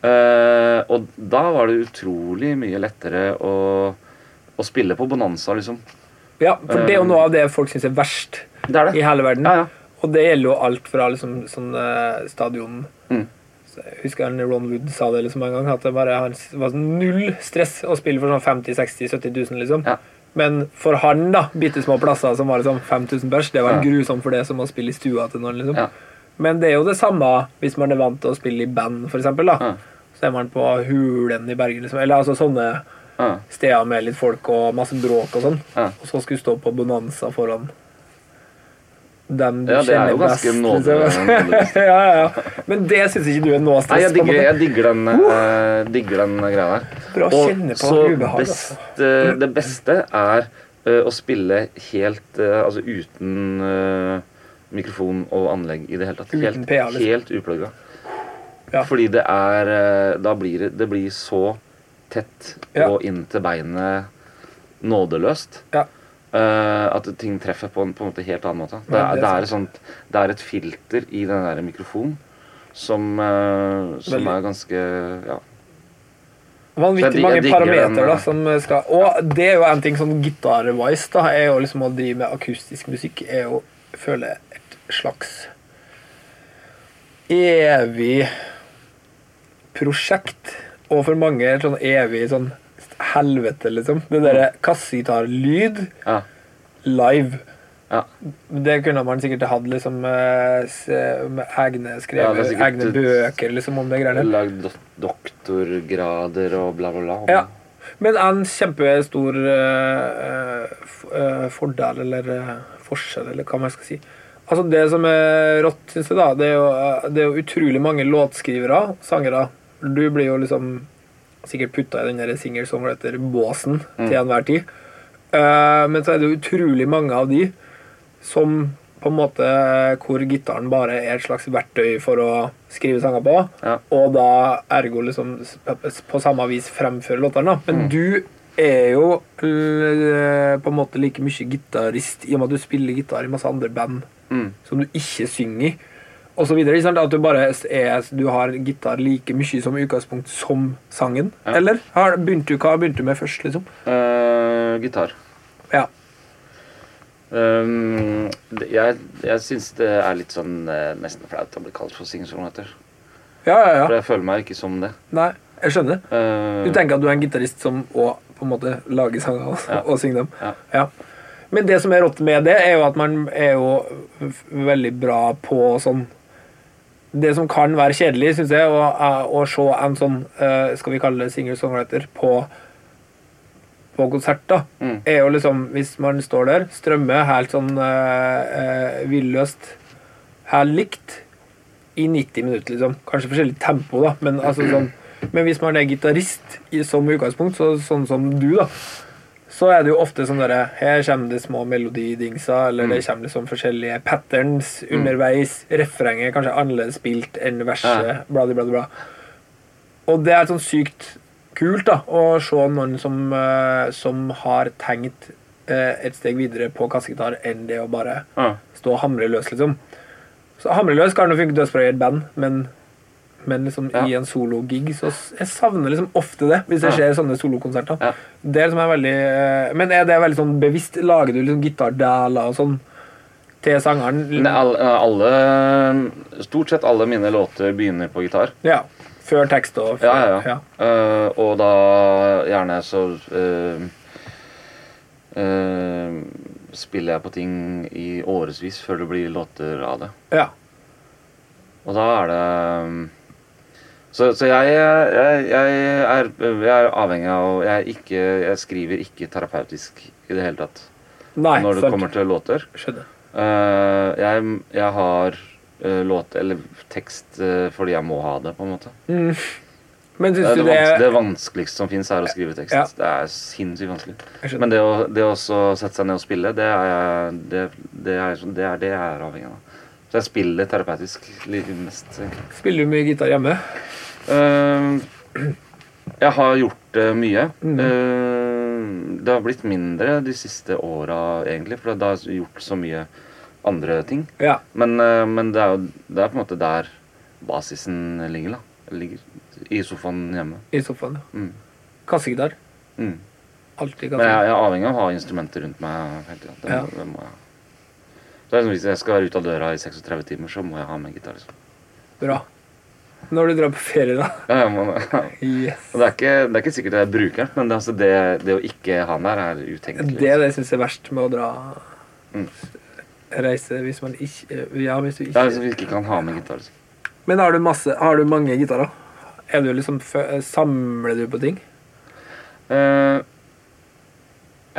[SPEAKER 2] Eh, og da var det utrolig mye lettere å, å spille på bonanza, liksom.
[SPEAKER 3] ja, for det er jo noe av det folk syns er verst
[SPEAKER 2] Det er det.
[SPEAKER 3] i hele verden.
[SPEAKER 2] Ja, ja.
[SPEAKER 3] Og det gjelder jo alt fra liksom, sånn eh, stadion
[SPEAKER 2] Mm.
[SPEAKER 3] Så Jeg husker han Ron Wood sa det liksom en gang, at det bare han s- var sånn null stress å spille for sånn 50 60 70 000, liksom.
[SPEAKER 2] Ja.
[SPEAKER 3] Men for han, da, bitte små plasser som var liksom 5000 pers, det var
[SPEAKER 2] Ja.
[SPEAKER 3] grusomt for det som å spille i stua til noen, liksom.
[SPEAKER 2] Ja.
[SPEAKER 3] Men det er jo det samme hvis man er vant til å spille i band, for eksempel, da.
[SPEAKER 2] Ja.
[SPEAKER 3] Så er man på Hulen i Bergen, liksom. Eller altså sånne
[SPEAKER 2] Ja.
[SPEAKER 3] steder med litt folk og masse bråk og sånn.
[SPEAKER 2] Ja.
[SPEAKER 3] Og så skulle du stå på Bonanza foran dem du
[SPEAKER 2] Ja, det er
[SPEAKER 3] kjenner
[SPEAKER 2] jo
[SPEAKER 3] best.
[SPEAKER 2] ganske nådeløst.
[SPEAKER 3] liksom. ja, ja, ja. Men det syns ikke du er noe
[SPEAKER 2] Nei,
[SPEAKER 3] stress?
[SPEAKER 2] jeg
[SPEAKER 3] på en
[SPEAKER 2] digger,
[SPEAKER 3] måte.
[SPEAKER 2] jeg digger, den, eh, digger den greia der.
[SPEAKER 3] Bra å
[SPEAKER 2] Og
[SPEAKER 3] kjenne på
[SPEAKER 2] så
[SPEAKER 3] ubehag, altså.
[SPEAKER 2] best, eh, det beste er eh, å spille helt eh, Altså uten eh, mikrofon og anlegg i det hele tatt.
[SPEAKER 3] Uten
[SPEAKER 2] Helt,
[SPEAKER 3] PA, liksom.
[SPEAKER 2] helt uplugga.
[SPEAKER 3] Ja.
[SPEAKER 2] Fordi det er eh, Da blir det, det blir så tett
[SPEAKER 3] Ja.
[SPEAKER 2] og inn til beinet nådeløst.
[SPEAKER 3] Ja.
[SPEAKER 2] eh, at ting treffer på en, på en måte helt annen måte. Det
[SPEAKER 3] Ja,
[SPEAKER 2] er,
[SPEAKER 3] det
[SPEAKER 2] det,
[SPEAKER 3] er
[SPEAKER 2] er et sånt, det er et filter i den der mikrofonen som, eh, som
[SPEAKER 3] Veldig.
[SPEAKER 2] er ganske Ja. Jeg
[SPEAKER 3] Vanvittig
[SPEAKER 2] dig-
[SPEAKER 3] mange
[SPEAKER 2] jeg digger den, eh,
[SPEAKER 3] parametere da,
[SPEAKER 2] ja.
[SPEAKER 3] som eh, skal Og det er jo en ting sånn gitar-wise, da, er jo liksom å drive med akustisk musikk, er jo, føler jeg, et slags evig prosjekt. Og for mange et sånn evig sånn helvete, liksom. Det derre
[SPEAKER 2] Mm.
[SPEAKER 3] kassegitarlyd
[SPEAKER 2] ja.
[SPEAKER 3] live.
[SPEAKER 2] Ja.
[SPEAKER 3] Det kunne man sikkert hatt liksom eh, se- med egne
[SPEAKER 2] Ja, det
[SPEAKER 3] skrevet,
[SPEAKER 2] er sikkert-
[SPEAKER 3] egne bøker liksom om det greiene.
[SPEAKER 2] Lagd dok- doktorgrader og bla, bla, bla.
[SPEAKER 3] Ja. Men en kjempestor eh, eh, f- eh, fordel eller eh, forskjell, eller hva man skal si. Altså Det som er rått, syns jeg, da, det er, jo, eh, det er jo utrolig mange låtskrivere, sangere. Du blir jo liksom sikkert putta i den der singer-songwriter-båsen til enhver tid. Eh, men så er det jo utrolig mange av de som på en måte Hvor gitaren bare er et slags verktøy for å skrive sanger på.
[SPEAKER 2] Ja.
[SPEAKER 3] Og da ergo liksom s- på samme vis fremføre låtene. da. Men du er jo øh, på en måte like mye gitarist i og med at du spiller gitar i masse andre band som du ikke synger i. Og så videre, ikke sant? At du bare er, du har gitar like mye som utgangspunkt som sangen. Eller? Har, begynte du, hva begynte du med først, liksom?
[SPEAKER 2] Eh, gitar.
[SPEAKER 3] Ja.
[SPEAKER 2] Um, det- jeg jeg syns det er litt sånn eh, nesten flaut å bli kalt for singer-songwriter.
[SPEAKER 3] Ja, ja,
[SPEAKER 2] For
[SPEAKER 3] ja.
[SPEAKER 2] jeg føler meg ikke som det.
[SPEAKER 3] Nei, jeg skjønner.
[SPEAKER 2] Eh,
[SPEAKER 3] Du tenker at du er en gitarist som òg på en måte lager sanger og,
[SPEAKER 2] Ja.
[SPEAKER 3] og synger dem.
[SPEAKER 2] Ja.
[SPEAKER 3] Men det som er rått med det, er jo at man er jo veldig bra på sånn Det som kan være kjedelig, syns jeg, å, å se en sånn, eh, skal vi kalle det singer-songwriter, på, på konsert, da,
[SPEAKER 2] Mm.
[SPEAKER 3] er jo liksom Hvis man står der, strømmer helt sånn eh, eh, villøst jeg har likt i 90 minutter, liksom. Kanskje forskjellig tempo, da, men altså sånn Men hvis man er gitarist i- som utgangspunkt, så, sånn som du, da, så er det jo ofte sånn derre Her kommer det små melodidingser, eller det kommer liksom forskjellige patterns underveis. Refrenget er kanskje annerledes spilt enn verset, bla, bla, bla, bla. Og det er sånn sykt kult da, å se noen som, eh, som har tenkt eh, et steg videre på kassegitar enn det å bare
[SPEAKER 2] Ja.
[SPEAKER 3] stå og hamre løs, liksom. Så hamre løs kan jo funke dødsbra i et band, men, men liksom
[SPEAKER 2] Ja.
[SPEAKER 3] i en sologig så s- Jeg savner liksom ofte det, hvis det
[SPEAKER 2] Ja.
[SPEAKER 3] skjer sånne solokonserter.
[SPEAKER 2] Ja.
[SPEAKER 3] Det er liksom er veldig eh, Men er det veldig sånn bevisst? Lager du liksom gitardæler og sånn til sangeren?
[SPEAKER 2] Men alle, alle Stort sett alle mine låter begynner på gitar.
[SPEAKER 3] Ja. Før tekst og
[SPEAKER 2] Ja, ja, ja. Eh, og da gjerne så ehm, eh, eh, spiller jeg på ting i årevis før det blir låter av det.
[SPEAKER 3] ja.
[SPEAKER 2] Og da er det um, Så, så jeg, jeg, jeg, er, jeg er avhengig av jeg, er ikke, jeg skriver ikke terapeutisk i det hele tatt
[SPEAKER 3] Nei,
[SPEAKER 2] når det
[SPEAKER 3] sant.
[SPEAKER 2] kommer til låter.
[SPEAKER 3] Skjønner.
[SPEAKER 2] Eh, jeg, jeg har eh, låt eller tekst eh, fordi jeg må ha det, på en måte.
[SPEAKER 3] Men
[SPEAKER 2] Det,
[SPEAKER 3] syns
[SPEAKER 2] er
[SPEAKER 3] du
[SPEAKER 2] det,
[SPEAKER 3] det
[SPEAKER 2] vans det vanskeligste som fins, er å skrive tekst.
[SPEAKER 3] Ja.
[SPEAKER 2] Det er sinnssykt vanskelig.
[SPEAKER 3] Jeg skjønner.
[SPEAKER 2] Men det å, det å også sette seg ned og spille, det er, jeg- det, det, er, det er det jeg er avhengig av. Så jeg spiller terapeutisk like mest. egentlig.
[SPEAKER 3] Spiller du mye gitar hjemme?
[SPEAKER 2] Eh, jeg har gjort det mye.
[SPEAKER 3] Mm.
[SPEAKER 2] Eh, det har blitt mindre de siste åra, egentlig, for da har jeg gjort så mye andre ting.
[SPEAKER 3] Ja.
[SPEAKER 2] Men, eh, men det er jo det er på en måte der basisen ligger, da. Ligger I sofaen hjemme.
[SPEAKER 3] I sofaen, ja.
[SPEAKER 2] Mm.
[SPEAKER 3] Kassegitar.
[SPEAKER 2] Mm.
[SPEAKER 3] Alltid
[SPEAKER 2] Men jeg,
[SPEAKER 3] kassegitar.
[SPEAKER 2] jeg er avhengig av å ha instrumenter rundt meg hele tida. Det,
[SPEAKER 3] Ja.
[SPEAKER 2] det må jeg. Så det er sånn, hvis jeg skal være ute av døra i 36 timer, så må jeg ha med gitar. liksom.
[SPEAKER 3] Bra. Når du drar på ferie, da.
[SPEAKER 2] Ja, jeg må,
[SPEAKER 3] Yes.
[SPEAKER 2] Og det er, ikke, det er ikke sikkert jeg bruker den, men det, altså det, det å ikke ha den der er utenkelig.
[SPEAKER 3] Det er det jeg syns er verst med å dra
[SPEAKER 2] Mm.
[SPEAKER 3] reise hvis man ikke Ja, hvis du
[SPEAKER 2] Ja, altså,
[SPEAKER 3] ikke
[SPEAKER 2] vi ikke kan ha med gitar. Liksom.
[SPEAKER 3] Men har du masse Har du mange gitarer? Er du liksom fø- Samler du på ting?
[SPEAKER 2] Eh,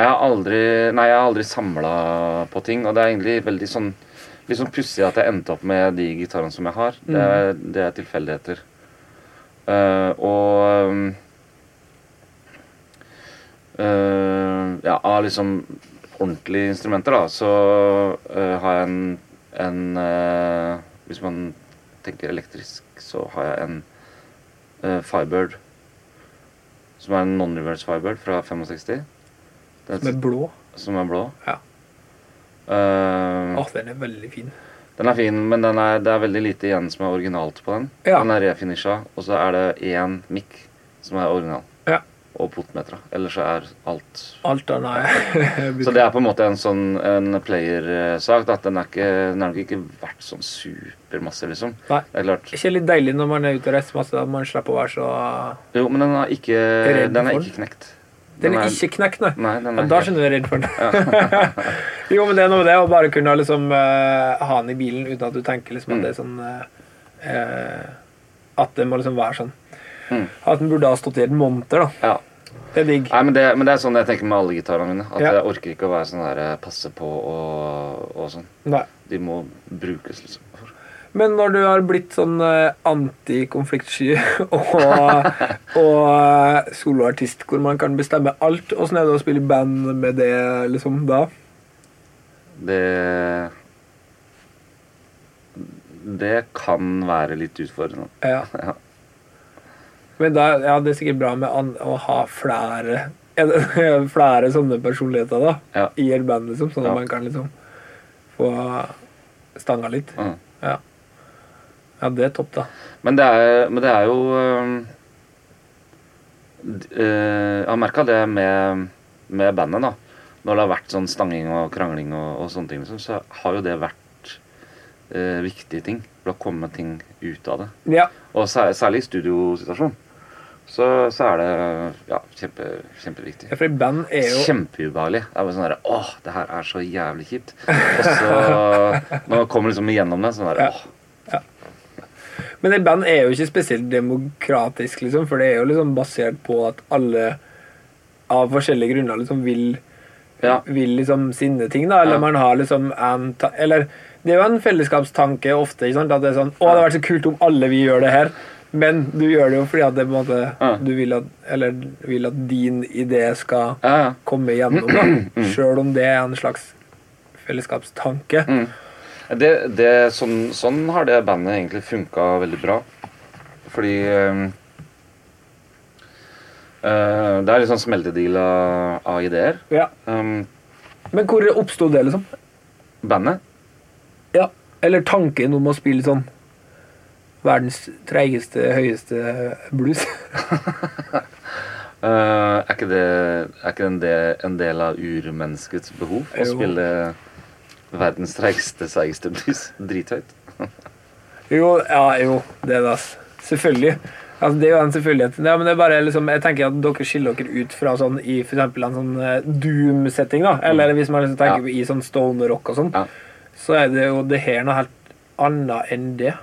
[SPEAKER 2] jeg har aldri Nei, jeg har aldri samla på ting, og det er egentlig veldig sånn Litt sånn pussig at jeg endte opp med de gitarene som jeg har. Det er, det er tilfeldigheter. Eh, og um, eh, Ja, av liksom ordentlige instrumenter, da, så eh, har jeg en, en eh, Hvis man tenker elektrisk, så har jeg en eh, Firebird. Som er en non-reverse Firebird fra 65. Den,
[SPEAKER 3] Med blå?
[SPEAKER 2] som er blå.
[SPEAKER 3] Ja.
[SPEAKER 2] Eh,
[SPEAKER 3] Å, den er veldig fin.
[SPEAKER 2] Den er fin, men den er, det er veldig lite igjen som er originalt på den.
[SPEAKER 3] Ja.
[SPEAKER 2] Den er refinisha, og så er det én mic som er original.
[SPEAKER 3] Ja.
[SPEAKER 2] Og potmetra. Ellers så er alt
[SPEAKER 3] Alt annet er
[SPEAKER 2] Så det er på en måte en sånn en player-sak. da, at Den er ikke, den har nok ikke vært sånn supermasse, liksom.
[SPEAKER 3] Nei.
[SPEAKER 2] Det er klart.
[SPEAKER 3] ikke litt deilig når man er ute og reiser masse, at man slipper å være så
[SPEAKER 2] Jo, men den er ikke,
[SPEAKER 3] Er det
[SPEAKER 2] den er
[SPEAKER 3] for?
[SPEAKER 2] ikke knekt.
[SPEAKER 3] Den er ikke knekt, nei.
[SPEAKER 2] Nei, den
[SPEAKER 3] Ja,
[SPEAKER 2] er
[SPEAKER 3] da
[SPEAKER 2] helt-
[SPEAKER 3] skjønner du jeg er redd for den. jo, men det er noe med det å bare kunne liksom eh, ha den i bilen uten at du tenker liksom
[SPEAKER 2] Mm.
[SPEAKER 3] at det er sånn eh, eh, At det må liksom være sånn. At den burde ha stått i et monter, da.
[SPEAKER 2] Ja.
[SPEAKER 3] Det er digg.
[SPEAKER 2] Mm. Nei, men det, men det er sånn jeg tenker med alle gitarene mine. At
[SPEAKER 3] Ja.
[SPEAKER 2] jeg orker ikke å være sånn der eh, passe på og, og sånn.
[SPEAKER 3] Nei.
[SPEAKER 2] De må brukes, liksom.
[SPEAKER 3] Men når du har blitt sånn eh, antikonfliktsky og, og eh, soloartist hvor man kan bestemme alt, åssen er det å spille i band med det liksom da?
[SPEAKER 2] Det Det kan være litt utfordrende.
[SPEAKER 3] Ja.
[SPEAKER 2] Ja.
[SPEAKER 3] Men da, ja, det er sikkert bra med an å ha flere er det- Flere sånne personligheter da
[SPEAKER 2] Ja.
[SPEAKER 3] i et band, liksom, sånn at
[SPEAKER 2] Ja.
[SPEAKER 3] man kan liksom få stanga litt.
[SPEAKER 2] Mm.
[SPEAKER 3] Ja. ja, det er topp, da.
[SPEAKER 2] Men det er, men det er jo øhm, d- øh, Jeg har merka det med, med bandet, da. Når det har vært sånn stanging og krangling og, og sånne ting, liksom, så har jo det vært øh, viktige ting. For det har kommet ting ut av det.
[SPEAKER 3] Ja,
[SPEAKER 2] Og sær, særlig i studiosituasjonen. Så, så er det ja, kjempe, kjempeviktig.
[SPEAKER 3] for et band er jo
[SPEAKER 2] Kjempeubehagelig. Det er bare sånn der, Åh, det her er så jævlig kjipt. Og så Når man kommer liksom igjennom det, sånn der,
[SPEAKER 3] Ja.
[SPEAKER 2] åh.
[SPEAKER 3] Men et band er jo ikke spesielt demokratisk, liksom, for det er jo liksom basert på at alle av forskjellige grunner liksom vil
[SPEAKER 2] Ja.
[SPEAKER 3] vil liksom sinne ting, da, eller
[SPEAKER 2] Ja.
[SPEAKER 3] man har liksom en ta Eller det er jo en fellesskapstanke ofte, ikke sant? At det er sånn Å, det hadde vært så kult om alle vi gjør det her. Men du gjør det jo fordi at det på en måte
[SPEAKER 2] Ja.
[SPEAKER 3] du vil at, eller vil at din idé skal
[SPEAKER 2] Ja, Mm. ja.
[SPEAKER 3] komme gjennom, da. Sjøl om det er en slags fellesskapstanke.
[SPEAKER 2] Mm. Det, det, sånn, sånn har det bandet egentlig funka veldig bra. Fordi ehm, eh, Det er litt sånn smeltedeal av, av ideer.
[SPEAKER 3] Ja.
[SPEAKER 2] Ehm,
[SPEAKER 3] Men hvor oppsto det, liksom?
[SPEAKER 2] bandet?
[SPEAKER 3] Ja. Eller tanken om å spille sånn verdens treigeste, høyeste blues?
[SPEAKER 2] eh, er ikke det, er ikke en, del, en del av urmenneskets behov å
[SPEAKER 3] Jo.
[SPEAKER 2] spille verdens treigeste, seigeste blues? Drithøyt.
[SPEAKER 3] Jo, ja, jo, det er det, ass. Selvfølgelig. Altså, det er jo en selvfølgelighet. Ja, men det er bare liksom, jeg tenker at dere skiller dere ut fra sånn i for eksempel en sånn eh, doom-setting, da. Eller hvis man liksom tenker på i sånn stoner-rock og sånn,
[SPEAKER 2] Mm. Ja.
[SPEAKER 3] så er det jo det her noe helt annet enn det.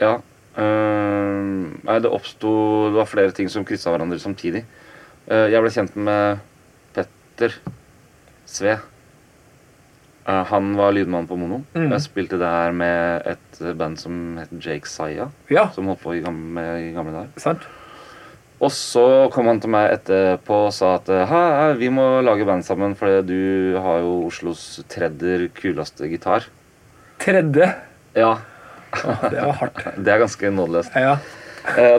[SPEAKER 2] Ja. ehm, nei, det oppsto Det var flere ting som kryssa hverandre samtidig. Eh, jeg ble kjent med Petter Sve. Eh, han var lydmann på Mono.
[SPEAKER 3] Mm.
[SPEAKER 2] Jeg spilte der med et band som het Jake Saya,
[SPEAKER 3] Ja,
[SPEAKER 2] som holdt på i gamle, med i gamle dager.
[SPEAKER 3] sant?
[SPEAKER 2] Og så kom han til meg etterpå og sa at Hæ, vi må lage band sammen, for du har jo Oslos tredje kuleste gitar.
[SPEAKER 3] Tredje.
[SPEAKER 2] Ja,
[SPEAKER 3] Det var hardt.
[SPEAKER 2] det er ganske nådeløst.
[SPEAKER 3] Ja, ja.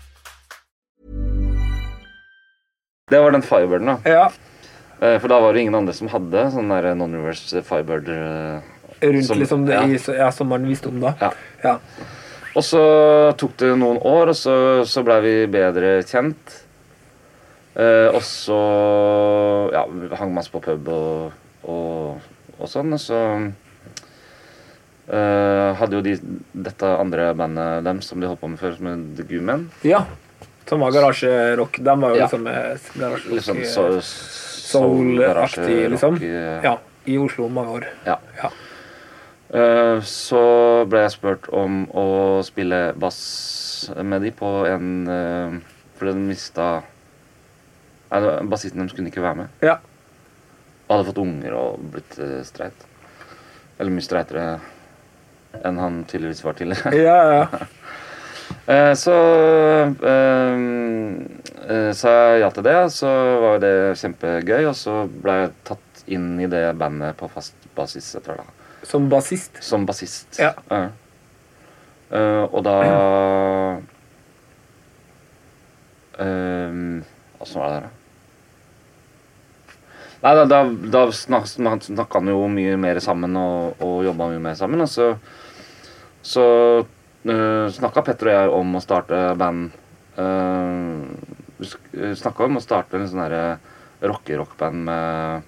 [SPEAKER 2] Det var den Firebirden, da.
[SPEAKER 3] ja.
[SPEAKER 2] Eh, For da var det ingen andre som hadde sånn der non-reverse firebird. eh.
[SPEAKER 3] Rundt
[SPEAKER 2] Som-
[SPEAKER 3] liksom det
[SPEAKER 2] ja.
[SPEAKER 3] i, så- ja, som man visste om da.
[SPEAKER 2] Ja.
[SPEAKER 3] Ja.
[SPEAKER 2] Og så tok det noen år, og så, så blei vi bedre kjent. Eh, og så ja, vi hang masse på pub og, og, og sånn. Og så eh, hadde jo de dette andre bandet dem som de holdt på med før, som het The Goo Men.
[SPEAKER 3] ja. Som var garasjerock. De var jo
[SPEAKER 2] Ja.
[SPEAKER 3] liksom eh, garasjerock,
[SPEAKER 2] Litt sånn
[SPEAKER 3] eh,
[SPEAKER 2] so,
[SPEAKER 3] soul-aktig, liksom.
[SPEAKER 2] Ja.
[SPEAKER 3] Ja. I Oslo mange år.
[SPEAKER 2] ja.
[SPEAKER 3] Ja.
[SPEAKER 2] Eh, Så ble jeg spurt om å spille bass med de på en eh, Fordi de mista Nei, det var- bassisten deres kunne ikke være med.
[SPEAKER 3] Ja.
[SPEAKER 2] Og hadde fått unger og blitt eh, streit. Eller mye streitere enn han tydeligvis var tidligere.
[SPEAKER 3] Ja, ja.
[SPEAKER 2] Eh, Så eh, eh, sa jeg ja til det, så var det kjempegøy. Og så ble jeg tatt inn i det bandet på fast basis etter hvert. da.
[SPEAKER 3] Som bassist.
[SPEAKER 2] Som bassist.
[SPEAKER 3] Ja.
[SPEAKER 2] Eh, og da Ehm, Åssen var det der, da? Nei, da, da, da snak, snak, snakka han jo mye mer sammen og, og jobba mye mer sammen. Og så, så eh, snakka Petter og jeg om å starte band. Uh, snakka om å starte en sånn derre rocke-rockband med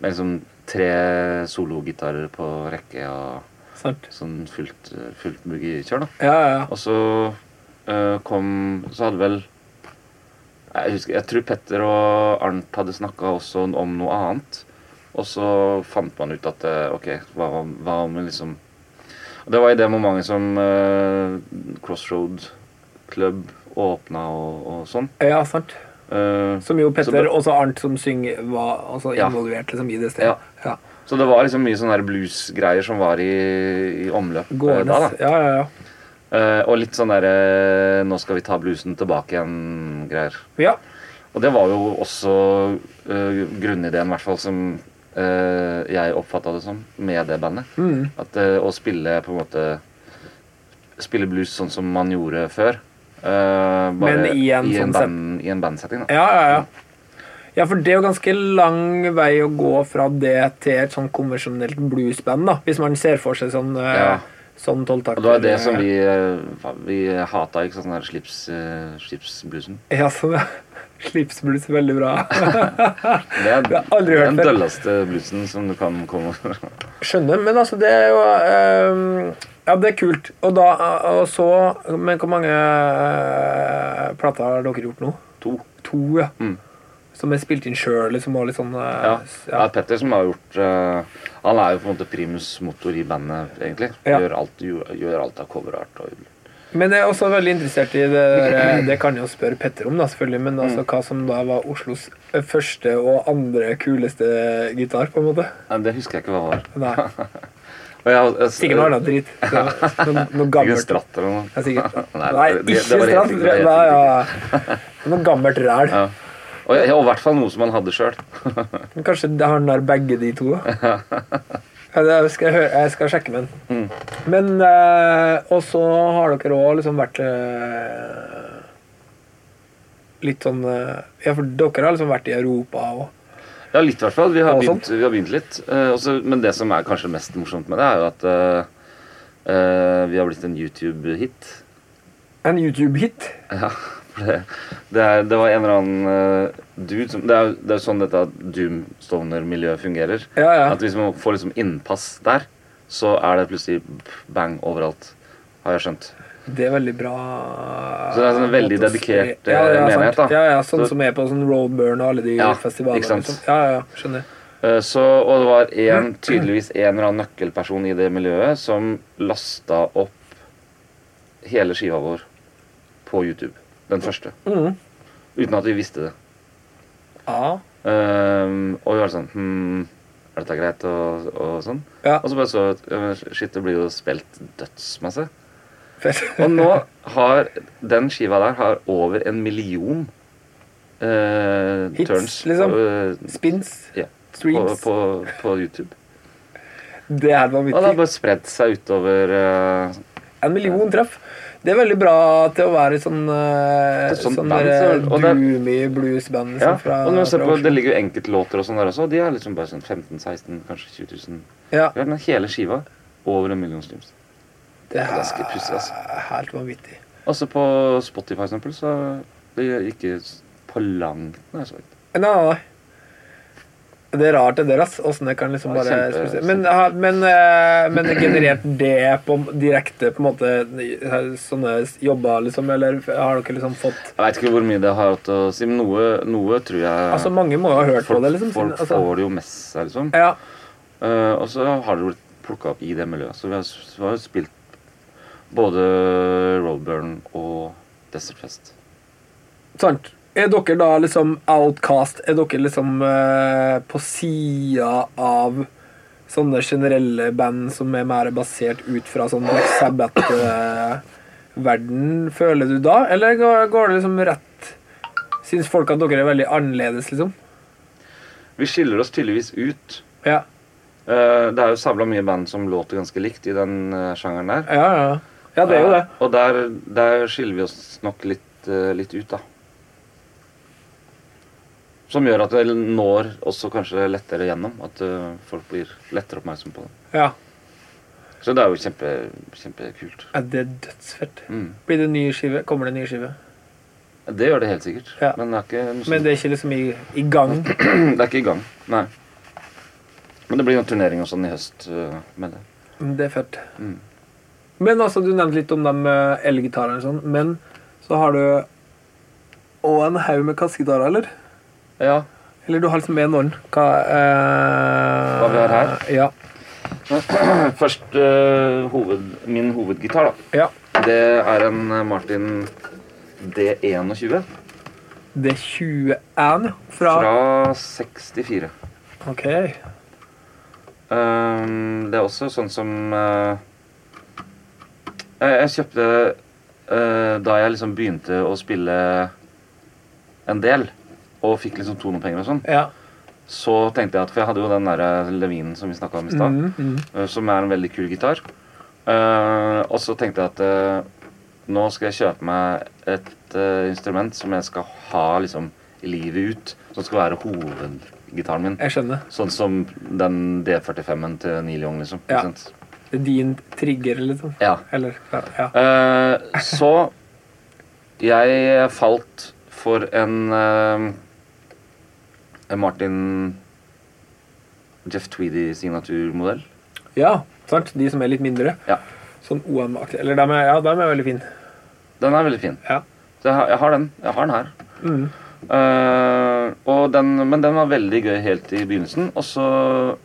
[SPEAKER 2] med liksom tre sologitarer på rekke og
[SPEAKER 3] Sant.
[SPEAKER 2] sånn fullt, fullt boogie-kjør, da.
[SPEAKER 3] Ja, ja.
[SPEAKER 2] Og så eh, kom Så hadde vel Jeg husker, jeg tror Petter og Arnt hadde snakka også om noe annet. Og så fant man ut at eh, OK, hva, hva om vi liksom Og Det var i det momentet som eh, Crossroad Club åpna og, og sånn.
[SPEAKER 3] ja, sant.
[SPEAKER 2] Eh,
[SPEAKER 3] Som jo
[SPEAKER 2] Så
[SPEAKER 3] Petter
[SPEAKER 2] bra.
[SPEAKER 3] og så Arnt som synger, var altså
[SPEAKER 2] Ja.
[SPEAKER 3] involvert liksom, i det stedet. Ja.
[SPEAKER 2] så det var liksom mye sånne her bluesgreier som var i, i omløp eh, da. da.
[SPEAKER 3] Gående. Ja, ja, ja.
[SPEAKER 2] Eh, og litt sånn derre 'nå skal vi ta bluesen tilbake igjen'-greier.
[SPEAKER 3] ja.
[SPEAKER 2] Og det var jo også eh, grunnideen, i hvert fall, som eh, jeg oppfatta det som med det bandet.
[SPEAKER 3] Mm.
[SPEAKER 2] At eh, å spille på en måte Spille blues sånn som man gjorde før. eh, bare
[SPEAKER 3] Men i en sånn
[SPEAKER 2] band, i en bandsetting, da.
[SPEAKER 3] Ja, ja, ja. Ja, for det er jo ganske lang vei å gå fra det til et sånn konvensjonelt bluesband, da. Hvis man ser for seg sånn eh,
[SPEAKER 2] Ja.
[SPEAKER 3] Sånn tolvtakter.
[SPEAKER 2] Og det var det som vi, eh, vi hata, ikke sant, den der slips, eh, slipsbluesen.
[SPEAKER 3] Ja, sånn, ja. Slips blues, veldig bra.
[SPEAKER 2] Det er
[SPEAKER 3] har aldri
[SPEAKER 2] det er
[SPEAKER 3] hørt
[SPEAKER 2] den
[SPEAKER 3] før.
[SPEAKER 2] dølleste bluesen som du kan komme over.
[SPEAKER 3] Skjønner, men altså, det er jo ehm, Ja, det er kult. Og da eh, Og så Men hvor mange eh, plater har dere gjort nå?
[SPEAKER 2] To.
[SPEAKER 3] To, ja. Som er spilt inn sjøl, liksom, og litt sånn eh,
[SPEAKER 2] Mm. Ja.
[SPEAKER 3] s-
[SPEAKER 2] Det er Petter som har gjort eh, Han er jo på en måte primus motor i bandet, egentlig.
[SPEAKER 3] Ja.
[SPEAKER 2] Gjør, alt, gjør, gjør alt av coverart og
[SPEAKER 3] Men jeg er også veldig interessert i det der, eh, Det kan jeg jo spørre Petter om, da, selvfølgelig. Men
[SPEAKER 2] Mm.
[SPEAKER 3] altså, hva som da var Oslos eh, første og andre kuleste gitar, på en måte.
[SPEAKER 2] Nei, Det husker jeg ikke hva var.
[SPEAKER 3] Nei,
[SPEAKER 2] Og jeg- jeg-
[SPEAKER 3] Sikkert noe annet dritt. Det var Noe, noe
[SPEAKER 2] Ikke en
[SPEAKER 3] gammelt.
[SPEAKER 2] stratt eller noe.
[SPEAKER 3] Ja, sikkert.
[SPEAKER 2] Nei,
[SPEAKER 3] Nei,
[SPEAKER 2] det- det-
[SPEAKER 3] ikke
[SPEAKER 2] det var helt
[SPEAKER 3] stratt.
[SPEAKER 2] sikkert,
[SPEAKER 3] Nei,
[SPEAKER 2] det var helt
[SPEAKER 3] ja. ja. Noe gammelt ræl.
[SPEAKER 2] Ja. Og, ja, og i hvert fall noe som han hadde sjøl.
[SPEAKER 3] Men Kanskje det- han har begge de to. da. Ja, det skal jeg, høre, jeg skal sjekke med han.
[SPEAKER 2] Mm.
[SPEAKER 3] Men eh, Og så har dere òg liksom vært eh, litt sånn eh, Ja, for dere har liksom vært i Europa òg.
[SPEAKER 2] Ja, litt i hvert fall. Vi har,
[SPEAKER 3] Og
[SPEAKER 2] begynt, vi har begynt litt. Eh, også, men det som er kanskje mest morsomt med det, er jo at eh, eh, vi har blitt en YouTube-hit.
[SPEAKER 3] En YouTube-hit.
[SPEAKER 2] Ja, for det, det, er, det var en eller annen eh, dude som Det er jo det er jo sånn dette doom-stoner-miljøet fungerer.
[SPEAKER 3] Ja, ja.
[SPEAKER 2] At hvis man får liksom innpass der, så er det plutselig bang overalt. Har jeg skjønt.
[SPEAKER 3] Det er veldig bra
[SPEAKER 2] Så det er sånn veldig
[SPEAKER 3] måte å
[SPEAKER 2] dedikert,
[SPEAKER 3] spre- ja, ja,
[SPEAKER 2] eh, menighet,
[SPEAKER 3] sant.
[SPEAKER 2] da.
[SPEAKER 3] Ja, ja, sånn
[SPEAKER 2] Så-
[SPEAKER 3] som er på sånn Roadburn og alle de
[SPEAKER 2] Ja,
[SPEAKER 3] festivalene.
[SPEAKER 2] ikke sant.
[SPEAKER 3] Liksom. Ja, ja, ja, skjønner.
[SPEAKER 2] Eh, Så, og det var en, tydeligvis en eller annen nøkkelperson i det miljøet som lasta opp hele skiva vår på YouTube. Den første.
[SPEAKER 3] Mm.
[SPEAKER 2] Uten at vi visste det.
[SPEAKER 3] Ja.
[SPEAKER 2] Ehm, og vi var sånn hm, Er dette greit? Og, og sånn.
[SPEAKER 3] Ja.
[SPEAKER 2] Og så bare så at eh, shit, det blir jo spilt dødsmasse.
[SPEAKER 3] Fett.
[SPEAKER 2] Og nå har den skiva der har over en million eh,
[SPEAKER 3] Hits,
[SPEAKER 2] turns
[SPEAKER 3] liksom.
[SPEAKER 2] eh,
[SPEAKER 3] Spins.
[SPEAKER 2] ja, på,
[SPEAKER 3] Streams.
[SPEAKER 2] på, på YouTube.
[SPEAKER 3] Det er
[SPEAKER 2] Og det
[SPEAKER 3] vanvittig.
[SPEAKER 2] har bare spredt seg utover eh,
[SPEAKER 3] En million treff. Det er veldig bra til å være et sånn eh,
[SPEAKER 2] Et sånt
[SPEAKER 3] sånn
[SPEAKER 2] band,
[SPEAKER 3] der,
[SPEAKER 2] så- og det er-
[SPEAKER 3] doomy blues-band
[SPEAKER 2] ja.
[SPEAKER 3] liksom, fra,
[SPEAKER 2] Og når du ser
[SPEAKER 3] fra
[SPEAKER 2] på,
[SPEAKER 3] Oslo.
[SPEAKER 2] Det ligger jo enkeltlåter og sånn der også, og de er liksom bare sånn 15 000-16 kanskje 20 000.
[SPEAKER 3] Ja,
[SPEAKER 2] Ja, men hele skiva over en million streams.
[SPEAKER 3] det er
[SPEAKER 2] ganske pussig, altså.
[SPEAKER 3] helt vanvittig.
[SPEAKER 2] Altså på Spotify, for eksempel, så det er ikke s- på langt nær så høyt.
[SPEAKER 3] Nei, nei, nei. Det er rart det der, ass. Åssen det kan liksom
[SPEAKER 2] Ja,
[SPEAKER 3] bare
[SPEAKER 2] kjempe-
[SPEAKER 3] spesielt. Men, ja, men, eh, men generert det på direkte på en måte sånne jobber, liksom? Eller har dere liksom fått
[SPEAKER 2] Jeg veit ikke hvor mye det har hatt å si, men noe, noe tror jeg
[SPEAKER 3] Altså, mange må jo ha hørt
[SPEAKER 2] Folk,
[SPEAKER 3] på det, liksom.
[SPEAKER 2] folk
[SPEAKER 3] siden- altså,
[SPEAKER 2] får det jo med seg, liksom.
[SPEAKER 3] ja.
[SPEAKER 2] Eh, og så har det blitt plukka opp i det miljøet. Så vi har, s- vi har spilt både Roadburn og Desert Fest.
[SPEAKER 3] Sant. Er dere da liksom outcast? Er dere liksom eh, på sida av sånne generelle band som er mer basert ut fra sånn Black Sabbath-verden, føler du da? Eller går går det liksom rett Syns folk at dere er veldig annerledes, liksom?
[SPEAKER 2] Vi skiller oss tydeligvis ut.
[SPEAKER 3] Ja,
[SPEAKER 2] Eh, det er jo samla mye band som låter ganske likt i den eh, sjangeren der.
[SPEAKER 3] ja, ja. Ja, det er jo det.
[SPEAKER 2] Eh, og der, der skiller vi oss nok litt, eh, litt ut, da. Som gjør at det når også kanskje lettere gjennom. At eh, folk blir lettere oppmerksom på det.
[SPEAKER 3] Ja.
[SPEAKER 2] Så det er jo kjempe, kjempekult.
[SPEAKER 3] Ja, det er dødsfett.
[SPEAKER 2] Mm.
[SPEAKER 3] Blir det ny skive? Kommer det ny skive?
[SPEAKER 2] Det gjør det helt sikkert.
[SPEAKER 3] Ja.
[SPEAKER 2] Men det er ikke noe
[SPEAKER 3] Men
[SPEAKER 2] sånn-
[SPEAKER 3] det er ikke liksom i, i gang?
[SPEAKER 2] det er ikke i gang. Nei. Men det blir en turnering og sånn i høst eh, med det.
[SPEAKER 3] Mm, Det er fett.
[SPEAKER 2] Mm.
[SPEAKER 3] Men altså, du nevnte litt om de eh, elgitarene og sånn, men så har du Og en haug med kassegitarer, eller?
[SPEAKER 2] Ja.
[SPEAKER 3] Eller du har liksom én orden. Hva, eh,
[SPEAKER 2] Hva vi har her?
[SPEAKER 3] Ja.
[SPEAKER 2] Først eh, hoved, min hovedgitar, da.
[SPEAKER 3] ja.
[SPEAKER 2] Det er en eh, Martin D21
[SPEAKER 3] Det er 21 fra,
[SPEAKER 2] fra 64.
[SPEAKER 3] Ok.
[SPEAKER 2] Ehm, det er også sånn som eh, jeg, jeg kjøpte eh, da jeg liksom begynte å spille en del, og fikk liksom tonepenger og sånn,
[SPEAKER 3] Ja.
[SPEAKER 2] så tenkte jeg at For jeg hadde jo den derre Levinen som vi snakka om i stad,
[SPEAKER 3] Mhm, mhm.
[SPEAKER 2] eh, som er en veldig kul gitar. Eh, og så tenkte jeg at eh, nå skal jeg kjøpe meg et eh, instrument som jeg skal ha liksom livet ut, som skal være hovedgitaren min.
[SPEAKER 3] Jeg skjønner.
[SPEAKER 2] Sånn som den D45-en til Neil Young, liksom.
[SPEAKER 3] Ja.
[SPEAKER 2] Ikke sant?
[SPEAKER 3] Det er din trigger, liksom?
[SPEAKER 2] Ja.
[SPEAKER 3] Eller ja, ja.
[SPEAKER 2] Eh, så jeg falt for en eh, en Martin Jeff Tweedy-signaturmodell.
[SPEAKER 3] Ja, sant? De som er litt mindre.
[SPEAKER 2] Ja.
[SPEAKER 3] Sånn OM-aktig. Eller dem er, ja, dem er veldig fine.
[SPEAKER 2] Den er veldig fin.
[SPEAKER 3] Ja.
[SPEAKER 2] Så jeg har, jeg har den. Jeg har den her.
[SPEAKER 3] Mm.
[SPEAKER 2] Eh, og den, men den var veldig gøy helt i begynnelsen. Og så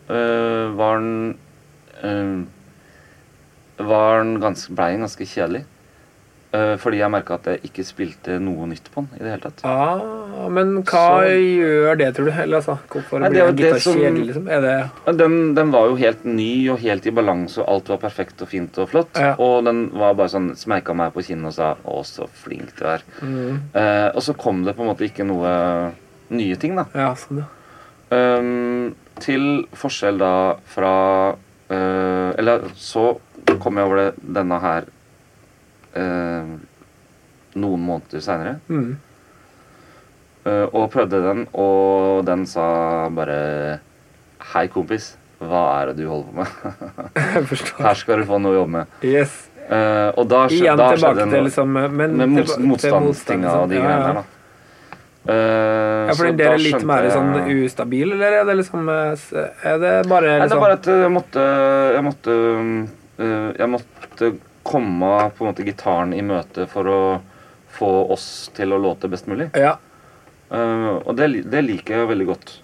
[SPEAKER 2] eh, var den eh, Var den ganske, ble den ganske kjedelig. Eh, fordi jeg merka at jeg ikke spilte noe nytt på den i det hele tatt.
[SPEAKER 3] Ah, men hva
[SPEAKER 2] Så-
[SPEAKER 3] gjør det, tror du? Eller altså, Hvorfor
[SPEAKER 2] Nei, det
[SPEAKER 3] blir
[SPEAKER 2] er
[SPEAKER 3] en
[SPEAKER 2] jo det
[SPEAKER 3] gitar
[SPEAKER 2] som-
[SPEAKER 3] kjedelig? Liksom? Er det
[SPEAKER 2] Men Den, den var jo helt ny og helt i balanse, og alt var perfekt og fint og flott.
[SPEAKER 3] Ja.
[SPEAKER 2] Og den var bare sånn smeika meg på kinnet og sa 'Å, så flink du er'.
[SPEAKER 3] Mm.
[SPEAKER 2] Eh, og så kom det på en måte ikke noe nye ting, da.
[SPEAKER 3] Ja, sånn, ja.
[SPEAKER 2] Ehm, til forskjell da fra eh, Eller så kom jeg over det, denne her eh, noen måneder seinere.
[SPEAKER 3] Mm.
[SPEAKER 2] og prøvde den, og den sa bare Hei, kompis. Hva er det du holder på med?
[SPEAKER 3] Jeg forstår.
[SPEAKER 2] Her skal du få noe å jobbe med.
[SPEAKER 3] Yes.
[SPEAKER 2] Eh, og da, skje,
[SPEAKER 3] Igjen
[SPEAKER 2] da
[SPEAKER 3] tilbake
[SPEAKER 2] skjedde
[SPEAKER 3] til
[SPEAKER 2] det noe
[SPEAKER 3] liksom men
[SPEAKER 2] med
[SPEAKER 3] tilba-
[SPEAKER 2] mot,
[SPEAKER 3] til motstand,
[SPEAKER 2] motstandstinga
[SPEAKER 3] liksom.
[SPEAKER 2] og de
[SPEAKER 3] Ja,
[SPEAKER 2] greiene
[SPEAKER 3] ja.
[SPEAKER 2] der, da. Eh,
[SPEAKER 3] Ja, for
[SPEAKER 2] så
[SPEAKER 3] den der
[SPEAKER 2] da
[SPEAKER 3] er litt
[SPEAKER 2] skjønte
[SPEAKER 3] mer sånn
[SPEAKER 2] jeg-
[SPEAKER 3] ustabil, eller er det liksom eh, s- Er det bare
[SPEAKER 2] Nei, det
[SPEAKER 3] liksom
[SPEAKER 2] er bare at jeg måtte Jeg måtte, øh, jeg måtte komme på en måte gitaren i møte for å få oss til å låte best mulig.
[SPEAKER 3] Ja.
[SPEAKER 2] Øh, og det, li- det liker jeg veldig godt.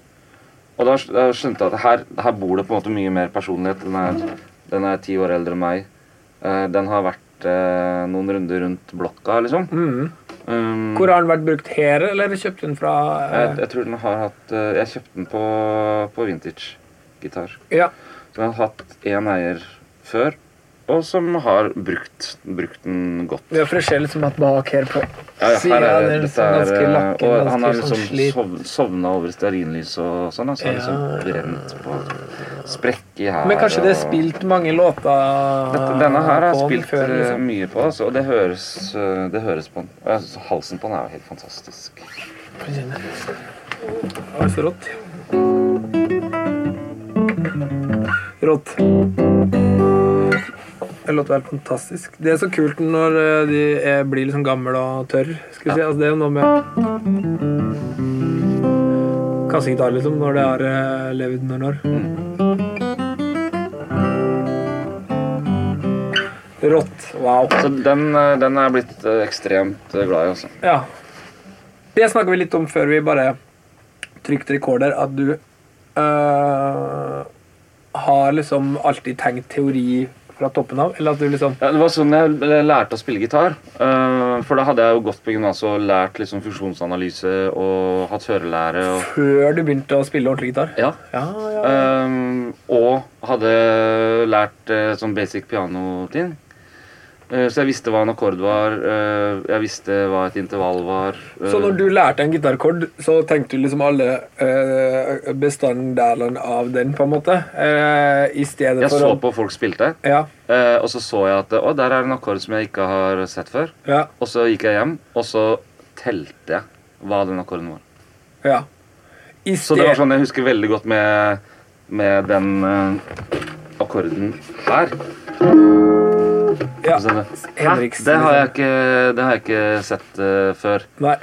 [SPEAKER 2] Og da, sk- da skjønte jeg at her, her bor det på en måte mye mer personlighet. Den er, den er ti år eldre enn meg. Eh, den har vært eh, noen runder rundt blokka, liksom.
[SPEAKER 3] Mm.
[SPEAKER 2] Um,
[SPEAKER 3] Hvor har den vært brukt her, eller kjøpte den fra
[SPEAKER 2] jeg,
[SPEAKER 3] eh,
[SPEAKER 2] jeg tror den har hatt eh, Jeg kjøpte den på, på vintage-gitar.
[SPEAKER 3] Ja.
[SPEAKER 2] Den har hatt én eier før, og som har brukt, brukt den godt.
[SPEAKER 3] Vi har forskjell liksom at bak her på
[SPEAKER 2] Ja, ja, her er,
[SPEAKER 3] siden,
[SPEAKER 2] det-
[SPEAKER 3] den
[SPEAKER 2] dette
[SPEAKER 3] sånn
[SPEAKER 2] er,
[SPEAKER 3] ganske lakken,
[SPEAKER 2] og han har
[SPEAKER 3] ganske
[SPEAKER 2] liksom
[SPEAKER 3] sånn slit.
[SPEAKER 2] sov, sovna over stearinlys og sånn. da, Så har
[SPEAKER 3] Ja.
[SPEAKER 2] liksom brent på sprekker her.
[SPEAKER 3] Men kanskje det er
[SPEAKER 2] og-
[SPEAKER 3] spilt mange låter
[SPEAKER 2] Dette- Denne her har jeg
[SPEAKER 3] på den
[SPEAKER 2] spilt
[SPEAKER 3] før,
[SPEAKER 2] eh,
[SPEAKER 3] liksom.
[SPEAKER 2] mye på, altså, og det høres, eh, det høres på den. Og jeg synes Halsen på den er jo helt fantastisk.
[SPEAKER 3] Det var så rått. Rått. Det låter helt fantastisk. Det er så kult når eh, de er, blir liksom gamle og tørr. Skal vi si. Altså, det er jo noe med kassegitar, liksom, når det har eh, levd noen år. Rått. Wow.
[SPEAKER 2] Så den, eh, den er jeg blitt eh, ekstremt eh, glad i, altså.
[SPEAKER 3] Ja. Det snakker vi litt om før vi bare trykte rekorder, at du øh, har liksom alltid tenkt teori fra toppen av, eller at du liksom
[SPEAKER 2] Ja, det var sånn jeg l- lærte å spille gitar. eh, for da hadde jeg jo gått på gymnaset og lært liksom funksjonsanalyse og hatt hørelære. Og,
[SPEAKER 3] Før du begynte å spille ordentlig gitar?
[SPEAKER 2] ja.
[SPEAKER 3] Ja, ja.
[SPEAKER 2] Eh, og hadde lært eh, sånn basic pianoting. Eh, så jeg visste hva en akkord var, eh, jeg visste hva et intervall var. eh,
[SPEAKER 3] Så når du lærte en gitarakord, så tenkte du liksom alle øh, bestanddelene av den, på en måte? øh, I stedet
[SPEAKER 2] jeg
[SPEAKER 3] for
[SPEAKER 2] så på folk spilte,
[SPEAKER 3] Ja.
[SPEAKER 2] eh, og så så jeg at Å, der er en akkord som jeg ikke har sett før.
[SPEAKER 3] Ja.
[SPEAKER 2] Og så gikk jeg hjem, og så telte jeg hva den akkorden var.
[SPEAKER 3] ja. I
[SPEAKER 2] Så det var
[SPEAKER 3] sted-
[SPEAKER 2] sånn jeg husker veldig godt med, med den eh, akkorden her.
[SPEAKER 3] ja.
[SPEAKER 2] Så det- Hæ?
[SPEAKER 3] Henriksen,
[SPEAKER 2] Det har jeg
[SPEAKER 3] liksom.
[SPEAKER 2] ikke, det har jeg ikke sett eh, før.
[SPEAKER 3] Nei.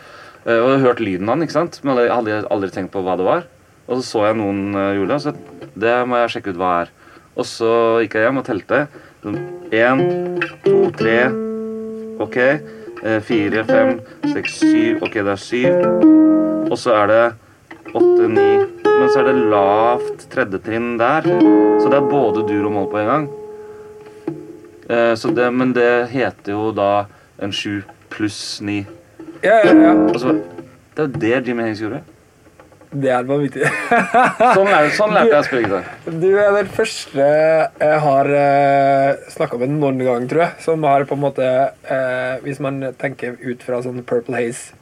[SPEAKER 2] Eh, og jeg har hørt lyden av den, ikke sant? men jeg hadde aldri tenkt på hva det var. Og så så jeg noen eh, gjorde det, og så det må jeg sjekke ut hva er. Og så gikk jeg hjem og telte. Sånn, Én, to, tre, ok. Eh, fire, fem, seks, syv. Ok, det er syv. Og så er det åtte, ni. Men så er det lavt tredjetrinn der. Så det er både dur og mål på en gang. Eh, så det, men det heter jo da en sju pluss ni.
[SPEAKER 3] Ja, ja, ja.
[SPEAKER 2] Og så, Altså, det er jo det Jimmy Hengs gjorde.
[SPEAKER 3] Det er vanvittig.
[SPEAKER 2] Sånn, lær, sånn lærte jeg å spille gitar.
[SPEAKER 3] Du er den første jeg har uh, snakka med noen gang, tror jeg, som har på en måte eh, Hvis man tenker ut fra sånn Purple Haze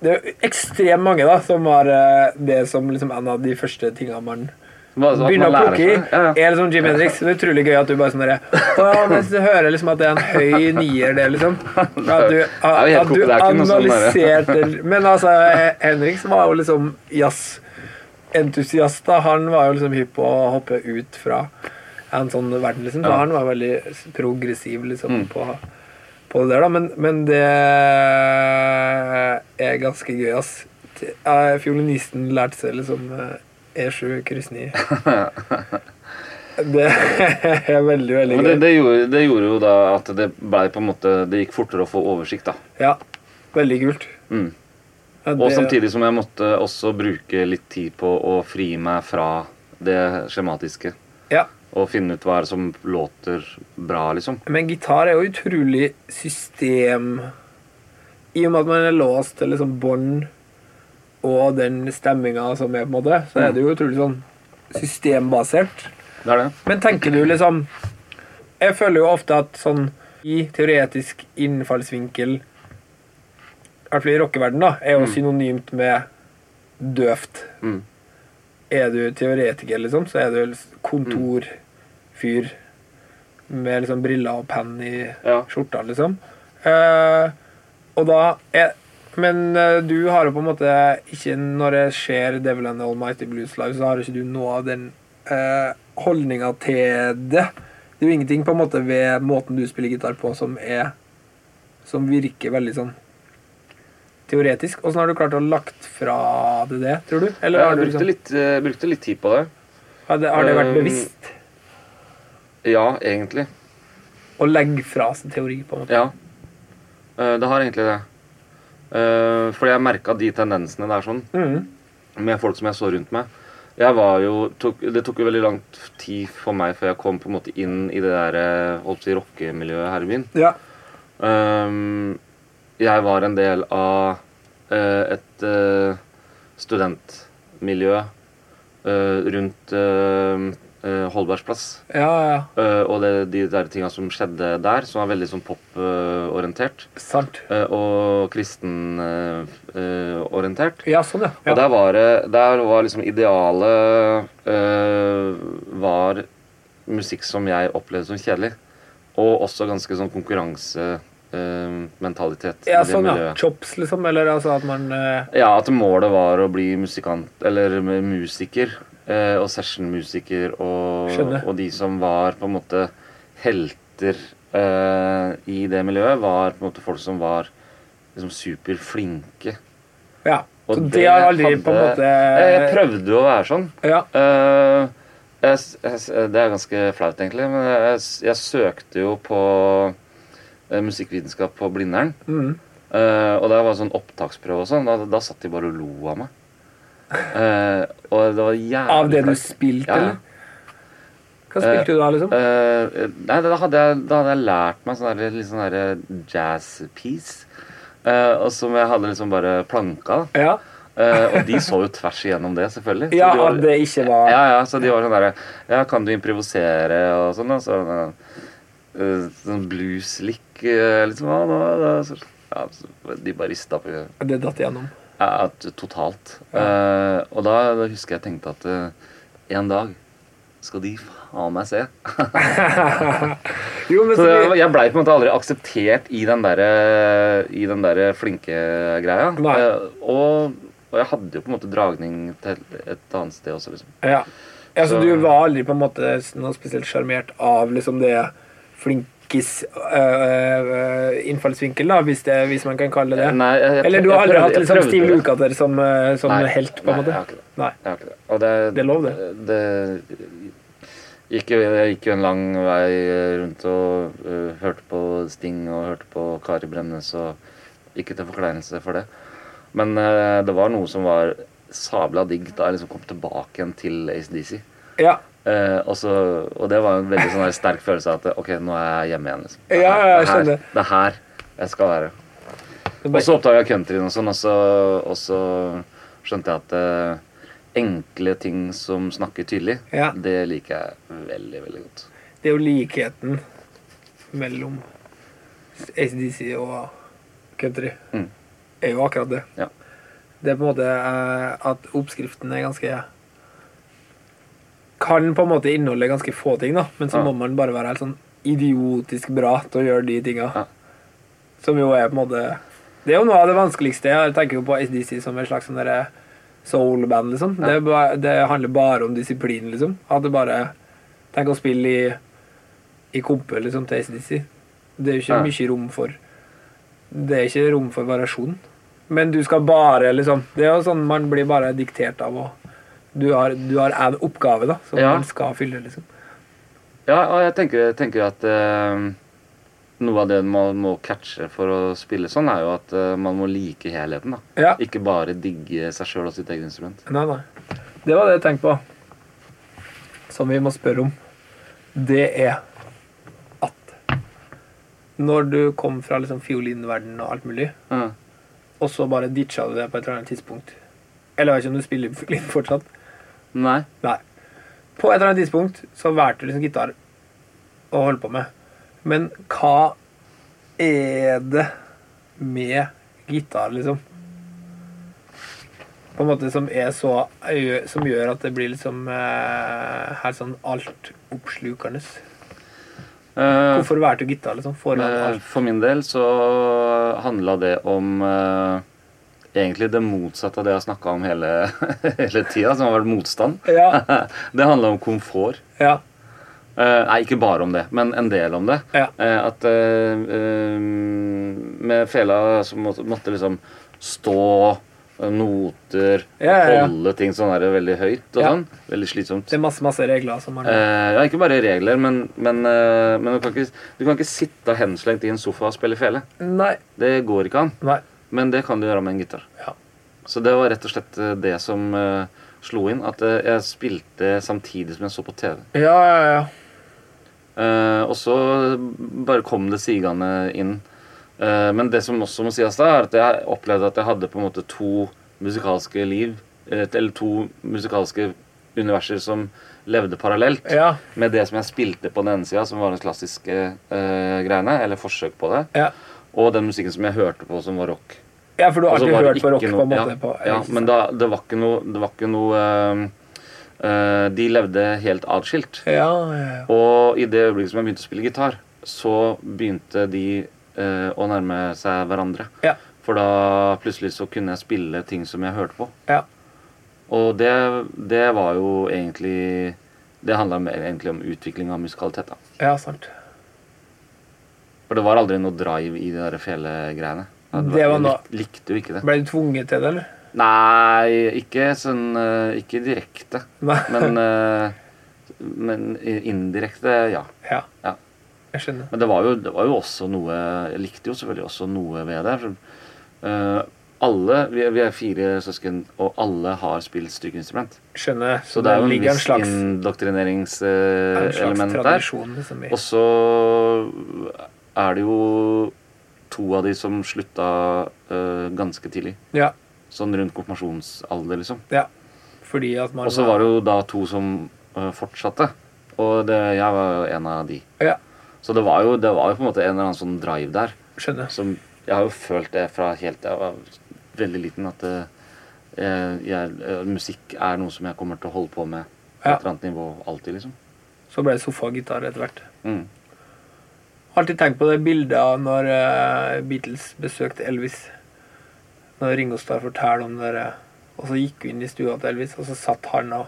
[SPEAKER 3] Det er jo ekstremt mange da, som har eh, det som liksom en av de første tinga man
[SPEAKER 2] Bare sånn at
[SPEAKER 3] begynner
[SPEAKER 2] man
[SPEAKER 3] å
[SPEAKER 2] lærer
[SPEAKER 3] plukke i.
[SPEAKER 2] seg det. Ja, ja.
[SPEAKER 3] Er liksom Jim Hendrix. Det er utrolig gøy at du bare sånn derre «Å ja, men så hører jeg liksom at det er en høy nier, det, liksom. At du,
[SPEAKER 2] er jo helt
[SPEAKER 3] at du
[SPEAKER 2] koko, det er ikke noe sånn derre.
[SPEAKER 3] analyserte Men altså, eh, Henriks var jo liksom jazzentusiast, da. Han var jo liksom hypp på å hoppe
[SPEAKER 2] Mm.
[SPEAKER 3] ut fra en sånn verden, liksom. Så Han var veldig progressiv, liksom, på på det der, da. Men, men det er ganske gøy, ass. T- eh, Fiolinisten lærte seg liksom eh, E7 kryss 9. Det er veldig, veldig
[SPEAKER 2] Men
[SPEAKER 3] gøy.
[SPEAKER 2] det, det, gjorde, det gjorde jo da at det ble på en måte Det gikk fortere å få oversikt, da.
[SPEAKER 3] Ja, veldig kult.
[SPEAKER 2] Mm.
[SPEAKER 3] Ja,
[SPEAKER 2] Og
[SPEAKER 3] det-
[SPEAKER 2] samtidig som jeg måtte også bruke litt tid på å fri meg fra det skjematiske.
[SPEAKER 3] Ja.
[SPEAKER 2] Og finne ut hva er det som låter bra, liksom.
[SPEAKER 3] Men gitar er jo utrolig system I og med at man er låst til liksom bånd og den stemminga som er, på en måte, så
[SPEAKER 2] Mm.
[SPEAKER 3] er det jo utrolig sånn systembasert.
[SPEAKER 2] Det er det.
[SPEAKER 3] Men tenker du liksom Jeg føler jo ofte at sånn i teoretisk innfallsvinkel I hvert fall i rockeverdenen, da, er jo synonymt med døvt.
[SPEAKER 2] Mm.
[SPEAKER 3] Er du teoretiker, liksom, så er du kontorfyr med liksom briller og penn i
[SPEAKER 2] Ja.
[SPEAKER 3] skjorta, liksom. Eh, og da er Men eh, du har jo på en måte ikke Når jeg ser Devil and Almighty Blues Live, så har ikke du noe av den uh, holdninga til det. Det er jo ingenting på en måte ved måten du spiller gitar på, som er Som virker veldig sånn teoretisk. Åssen har du klart å lagt fra deg det, tror du? Eller har,
[SPEAKER 2] Jeg
[SPEAKER 3] du
[SPEAKER 2] brukte
[SPEAKER 3] liksom,
[SPEAKER 2] litt, eh, brukte litt tid på det.
[SPEAKER 3] har, det, har det vært
[SPEAKER 2] eh,
[SPEAKER 3] bevisst
[SPEAKER 2] Ja, egentlig.
[SPEAKER 3] å legge fra seg teori, på en måte?
[SPEAKER 2] Ja. Eh, Det har egentlig det. Eh, Fordi jeg merka de tendensene der sånn,
[SPEAKER 3] Mhm.
[SPEAKER 2] med folk som jeg så rundt meg. Jeg var jo, tok, Det tok jo veldig lang tid for meg før jeg kom på en måte inn i det der eh, holdt på å si, rockemiljøet her i byen.
[SPEAKER 3] Ja.
[SPEAKER 2] Ehm, jeg var en del av eh, et eh, studentmiljø eh, rundt eh, eh, Holbergsplass.
[SPEAKER 3] ja, ja.
[SPEAKER 2] Eh, og det, de der tinga som skjedde der, som var veldig sånn poporientert.
[SPEAKER 3] Sant.
[SPEAKER 2] eh, og kristenorientert.
[SPEAKER 3] Ja, sånn, ja. ja.
[SPEAKER 2] Og der var det Der var liksom idealet eh, Var musikk som jeg opplevde som kjedelig. Og også ganske sånn eh, konkurransementalitet.
[SPEAKER 3] Ja, sånn, ja. Chops, liksom. Eller altså at man eh,
[SPEAKER 2] ja, at målet var å bli musikant Eller musiker. eh, og sessionmusiker og,
[SPEAKER 3] Skjønner.
[SPEAKER 2] og de som var på en måte helter eh, i det miljøet, var på en måte folk som var liksom superflinke.
[SPEAKER 3] Ja. Så
[SPEAKER 2] Og
[SPEAKER 3] det har aldri
[SPEAKER 2] hadde-
[SPEAKER 3] på en måte
[SPEAKER 2] Jeg, jeg prøvde jo å være sånn.
[SPEAKER 3] Ja.
[SPEAKER 2] Eh, jeg, s- jeg, s- det er ganske flaut, egentlig, men jeg, s- jeg søkte jo på eh, musikkvitenskap på Blindern.
[SPEAKER 3] Mhm.
[SPEAKER 2] Eh, og det var sånn opptaksprøve og sånn. Da, da satt de bare og lo av meg. Eh, og det var jævlig
[SPEAKER 3] Av det du
[SPEAKER 2] flaut.
[SPEAKER 3] spilte,
[SPEAKER 2] Ja, ja.
[SPEAKER 3] eller? Hva spilte du da, liksom?
[SPEAKER 2] Eh, nei, da hadde, jeg, da hadde jeg lært meg sånn der, litt sånn der jazz-piece. eh, og som jeg hadde liksom bare planka. da.
[SPEAKER 3] Ja.
[SPEAKER 2] Eh, og de så jo tvers igjennom det, selvfølgelig. Så
[SPEAKER 3] ja,
[SPEAKER 2] de var-
[SPEAKER 3] at det ikke var
[SPEAKER 2] Ja, ja, så de var sånn derre Ja, kan du improvisere og sånn, da? Så, eh, sånn blues-lick eh, liksom. Ja, da, da, så, ja, så de bare rista på ja,
[SPEAKER 3] Det datt igjennom.
[SPEAKER 2] at- totalt. Eh, og da, da husker jeg tenkte at eh, en dag skal de faen meg se.
[SPEAKER 3] Jo, men
[SPEAKER 2] Så
[SPEAKER 3] så
[SPEAKER 2] det,
[SPEAKER 3] blir-
[SPEAKER 2] jeg blei på en måte aldri akseptert i den derre i den der flinke greia.
[SPEAKER 3] Nei.
[SPEAKER 2] Eh, og, og jeg hadde jo på en måte dragning til et annet sted også, liksom.
[SPEAKER 3] ja. ja, så
[SPEAKER 2] Så-
[SPEAKER 3] du var aldri på en måte noe spesielt sjarmert av liksom det flinkis øh, øh, innfallsvinkel, da, hvis, det, hvis man kan kalle det det?
[SPEAKER 2] Eh, Nei, jeg- jeg-
[SPEAKER 3] Eller du har
[SPEAKER 2] jeg
[SPEAKER 3] aldri
[SPEAKER 2] prøvde-
[SPEAKER 3] hatt
[SPEAKER 2] jeg
[SPEAKER 3] liksom
[SPEAKER 2] prøvde
[SPEAKER 3] Steve
[SPEAKER 2] det.
[SPEAKER 3] Lukather som, øh, som
[SPEAKER 2] Nei,
[SPEAKER 3] helt, på en
[SPEAKER 2] nei,
[SPEAKER 3] måte?
[SPEAKER 2] jeg har ikke det.
[SPEAKER 3] Nei.
[SPEAKER 2] Jeg har ikke det. Og det,
[SPEAKER 3] Det er lov, det.
[SPEAKER 2] det gikk jo, jeg gikk jo en lang vei rundt og øh, hørte på Sting og hørte på Kari Bremnes, og ikke til forkleinelse for det. Men øh, det var noe som var sabla digg da jeg liksom kom tilbake igjen til ACDC.
[SPEAKER 3] Ja.
[SPEAKER 2] Eh, og, så, og det var en veldig sånn her sterk følelse av at ok, nå er jeg hjemme igjen. liksom. Det er
[SPEAKER 3] Ja,
[SPEAKER 2] her-
[SPEAKER 3] ja, jeg
[SPEAKER 2] det er her-
[SPEAKER 3] skjønner.
[SPEAKER 2] Det er her jeg skal være.
[SPEAKER 3] Det
[SPEAKER 2] Og
[SPEAKER 3] bare-
[SPEAKER 2] så oppdaga jeg countryen og sånn, og så, og så skjønte jeg at eh, enkle ting som snakker tydelig,
[SPEAKER 3] Ja.
[SPEAKER 2] det liker jeg veldig, veldig godt.
[SPEAKER 3] Det er jo likheten mellom ACDC og country.
[SPEAKER 2] Mm.
[SPEAKER 3] er jo akkurat det.
[SPEAKER 2] Ja.
[SPEAKER 3] Det er på en måte eh, at oppskriften er ganske Kan på en måte inneholde ganske få ting, da, men så
[SPEAKER 2] Ja.
[SPEAKER 3] må man bare være helt sånn idiotisk bra til å gjøre de tinga.
[SPEAKER 2] Ja.
[SPEAKER 3] Som jo er på en måte Det er jo noe av det vanskeligste. Jeg tenker jo på ACDC som et slags sånn derre soul-band, liksom. Det, er ba- det handler bare om disiplin, liksom. At det bare Tenk å spille i, i kompe, liksom, til ACDC. Det er jo ikke
[SPEAKER 2] Ja.
[SPEAKER 3] mye rom for Det er ikke rom for variasjon. Men du skal bare liksom Det er jo sånn man blir bare diktert av å Du har, du har en oppgave, da, som
[SPEAKER 2] Ja.
[SPEAKER 3] man skal fylle, liksom.
[SPEAKER 2] Ja, og jeg tenker, jeg tenker at eh, noe av det man må catche for å spille sånn, er jo at eh, man må like helheten. da.
[SPEAKER 3] Ja.
[SPEAKER 2] Ikke bare digge seg sjøl og sitt eget instrument.
[SPEAKER 3] Nei, nei. Det var det jeg tenkte på. Som vi må spørre om. Det er at Når du kom fra liksom fiolinverden og alt mulig,
[SPEAKER 2] Ja.
[SPEAKER 3] og så bare ditcha du det på et eller annet tidspunkt Eller jeg vet ikke om du spiller fiolin fortsatt.
[SPEAKER 2] Nei.
[SPEAKER 3] Nei. På et eller annet tidspunkt så valgte du liksom gitar å holde på med. Men hva er det med gitar, liksom? På en måte som er så Som gjør at det blir liksom eh, helt sånn altoppslukende.
[SPEAKER 2] Eh,
[SPEAKER 3] Hvorfor valgte du gitar, liksom? Foran
[SPEAKER 2] Eh,
[SPEAKER 3] alt?
[SPEAKER 2] For min del så handla det om eh, egentlig det motsatte av det jeg har snakka om hele, hele tida, som har vært motstand.
[SPEAKER 3] Ja.
[SPEAKER 2] Det handla om komfort.
[SPEAKER 3] Ja.
[SPEAKER 2] Eh, nei, ikke bare om det, men en del om det.
[SPEAKER 3] Ja.
[SPEAKER 2] Eh, at eh, eh, med fela så måtte, måtte liksom stå eh, noter,
[SPEAKER 3] Ja, ja, ja.
[SPEAKER 2] holde ting sånn der veldig høyt og
[SPEAKER 3] Ja.
[SPEAKER 2] sånn. Veldig slitsomt.
[SPEAKER 3] Det er masse, masse regler som man
[SPEAKER 2] Eh, ja, ikke bare regler, men, men, eh, men du, kan ikke, du kan ikke sitte henslengt i en sofa og spille fele.
[SPEAKER 3] Nei.
[SPEAKER 2] Det går ikke an.
[SPEAKER 3] Nei.
[SPEAKER 2] Men det kan du gjøre med en gitar.
[SPEAKER 3] Ja.
[SPEAKER 2] Så det var rett og slett eh, det som eh, slo inn. At eh, jeg spilte samtidig som jeg så på TV.
[SPEAKER 3] Ja, ja, ja.
[SPEAKER 2] Eh, og så bare kom det sigende inn. Eh, men det som også må sies da, er at jeg opplevde at jeg hadde på en måte to musikalske liv. eh, Eller to musikalske universer som levde parallelt.
[SPEAKER 3] Ja.
[SPEAKER 2] Med det som jeg spilte på den ene sida, som var den klassiske eh, greiene, eller forsøk på det.
[SPEAKER 3] Ja,
[SPEAKER 2] Og den musikken som jeg hørte på, som var rock.
[SPEAKER 3] ja for du har
[SPEAKER 2] Og så
[SPEAKER 3] alltid
[SPEAKER 2] var det
[SPEAKER 3] hørt på rock
[SPEAKER 2] ikke
[SPEAKER 3] på en
[SPEAKER 2] noe-
[SPEAKER 3] måte?
[SPEAKER 2] Ja,
[SPEAKER 3] på,
[SPEAKER 2] ja men da, det var ikke noe, det var ikke noe eh, eh, De levde helt atskilt.
[SPEAKER 3] ja, ja, ja.
[SPEAKER 2] Og i det øyeblikket som jeg begynte å spille gitar, så begynte de eh, å nærme seg hverandre.
[SPEAKER 3] Ja.
[SPEAKER 2] For da plutselig så kunne jeg spille ting som jeg hørte på.
[SPEAKER 3] ja.
[SPEAKER 2] Og det, det var jo egentlig Det handla egentlig om utvikling av musikalitet. da.
[SPEAKER 3] Ja, sant.
[SPEAKER 2] For det var aldri noe drive i de der felegreiene. Jeg
[SPEAKER 3] Det var noe-
[SPEAKER 2] lik- likte jo ikke det.
[SPEAKER 3] Ble du tvunget til det, eller?
[SPEAKER 2] Nei, ikke sånn eh, Ikke direkte.
[SPEAKER 3] Nei.
[SPEAKER 2] Men, eh, men indirekte, ja.
[SPEAKER 3] Ja,
[SPEAKER 2] ja.
[SPEAKER 3] jeg skjønner.
[SPEAKER 2] Men det var, jo, det var jo også noe Jeg likte jo selvfølgelig også noe ved det. For, eh, alle, vi er, vi er fire søsken, og alle har spilt stykkeinstrument.
[SPEAKER 3] Skjønner. Så,
[SPEAKER 2] Så det er jo en
[SPEAKER 3] ligger en
[SPEAKER 2] viss
[SPEAKER 3] slags, en slags
[SPEAKER 2] indoktrineringselement der.
[SPEAKER 3] tradisjon liksom, i
[SPEAKER 2] Og så er det jo to av de som slutta eh, ganske tidlig.
[SPEAKER 3] ja,
[SPEAKER 2] Sånn rundt konfirmasjonsalder, liksom.
[SPEAKER 3] ja. Fordi at man
[SPEAKER 2] Og så var det jo da to som eh, fortsatte. Og det, jeg var jo en av de.
[SPEAKER 3] Ja,
[SPEAKER 2] Så det var, jo, det var jo på en måte en eller annen sånn drive der.
[SPEAKER 3] skjønner.
[SPEAKER 2] som Jeg har jo følt det fra helt jeg var veldig liten, at eh, jeg, eh, musikk er noe som jeg kommer til å holde på med på
[SPEAKER 3] Ja.
[SPEAKER 2] et eller annet nivå alltid, liksom.
[SPEAKER 3] Så ble det sofagitar etter hvert.
[SPEAKER 2] Mm.
[SPEAKER 3] Alltid tenkt på det bildet av når eh, Beatles besøkte Elvis. Når Ringo Starr forteller om det der, eh, Og så gikk hun inn i stua til Elvis, og så satt han da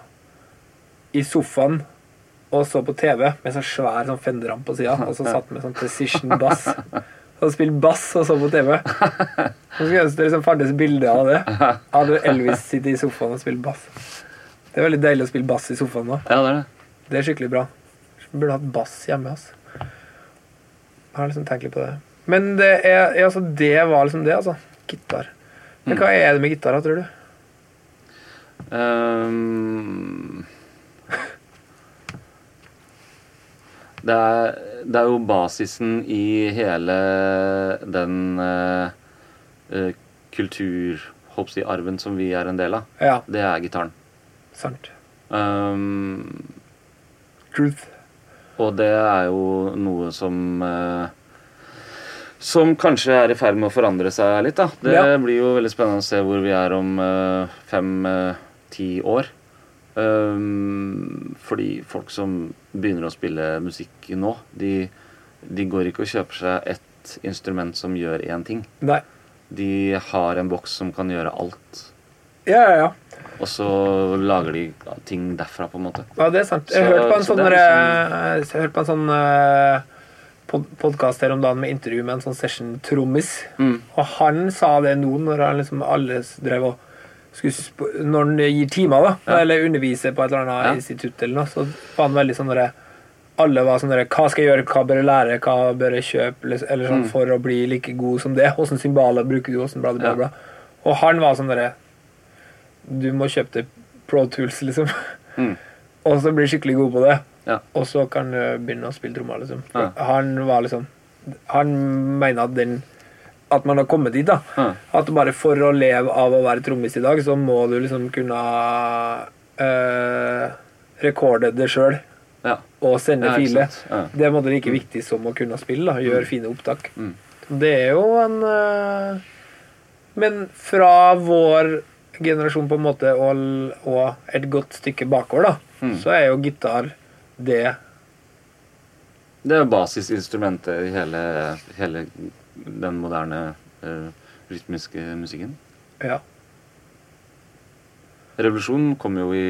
[SPEAKER 3] i sofaen og så på TV med sånn svær sånn fenderamp på sida, og så satt med sånn precision bass. Så spilte bass og så på TV. Så skulle jeg ønske det liksom fantes bilde av det. Av når Elvis sitter i sofaen og spiller bass. Det er veldig deilig å spille bass i sofaen da.
[SPEAKER 2] Ja, det er det.
[SPEAKER 3] Det er skikkelig bra. Burde hatt bass hjemme. Altså. Jeg har liksom tenkt litt på det. Men det, er, ja, altså, det var liksom det, altså. Gitar. Men hva er det med gitar, da, tror du?
[SPEAKER 2] Ehm, det, er, det er jo basisen i hele den eh, eh, kultur... Håper jeg, arven som vi er en del av.
[SPEAKER 3] Ja,
[SPEAKER 2] Det er gitaren.
[SPEAKER 3] sant.
[SPEAKER 2] Ehm,
[SPEAKER 3] Truth.
[SPEAKER 2] Og det er jo noe som eh, Som kanskje er i ferd med å forandre seg litt. da. Det
[SPEAKER 3] Ja.
[SPEAKER 2] blir jo veldig spennende å se hvor vi er om eh, fem-ti år. Um, fordi folk som begynner å spille musikk nå, de, de går ikke og kjøper seg ett instrument som gjør én ting.
[SPEAKER 3] Nei.
[SPEAKER 2] De har en boks som kan gjøre alt.
[SPEAKER 3] Ja, ja, ja.
[SPEAKER 2] Og så lager de ting derfra, på en måte.
[SPEAKER 3] ja det er sant. Jeg
[SPEAKER 2] Så- liksom-
[SPEAKER 3] hørte på en
[SPEAKER 2] så
[SPEAKER 3] sånn
[SPEAKER 2] det er
[SPEAKER 3] derre- Jeg hørte på en sånn eh, podkast her om dagen med intervju med en sånn session-trommis.
[SPEAKER 2] Mm.
[SPEAKER 3] Og han sa det nå, når han liksom alle s- drev og skulle sp Når han gir timer, da, eller underviser på et eller annet
[SPEAKER 2] Ja.
[SPEAKER 3] institutt, eller noe, så var han veldig sånn derre alle var sånn der, Hva skal jeg gjøre, hva bør jeg lære, hva bør jeg kjøpe eller, eller
[SPEAKER 2] Mm.
[SPEAKER 3] sånn, for å bli like god som det? Åssen cymbaler bruker du? Hvordan bla, bla, bla, bla. Og han var sånn derre Du må kjøpe deg Pro Tools, liksom.
[SPEAKER 2] Mm.
[SPEAKER 3] Og så bli skikkelig god på det.
[SPEAKER 2] Ja.
[SPEAKER 3] Og så kan du begynne å spille trommer, liksom.
[SPEAKER 2] Ja.
[SPEAKER 3] Han var liksom Han mener at den At man har kommet dit, da.
[SPEAKER 2] Ja.
[SPEAKER 3] At bare for å leve av å være trommis i dag, så må du liksom kunne øh, rekorde det sjøl
[SPEAKER 2] Ja.
[SPEAKER 3] og sende
[SPEAKER 2] Ja, ikke
[SPEAKER 3] filer.
[SPEAKER 2] sant. Ja.
[SPEAKER 3] Det er på en måte like
[SPEAKER 2] Mm.
[SPEAKER 3] viktig som å kunne spille. da, Gjøre fine opptak. Det er jo en øh, Men fra vår generasjon på en måte og, l- og et godt stykke bakover, da,
[SPEAKER 2] Mm.
[SPEAKER 3] så er jo gitar det
[SPEAKER 2] Det er jo basisinstrumentet i hele, hele den moderne eh, rytmiske musikken.
[SPEAKER 3] Ja.
[SPEAKER 2] Revolusjonen kom jo i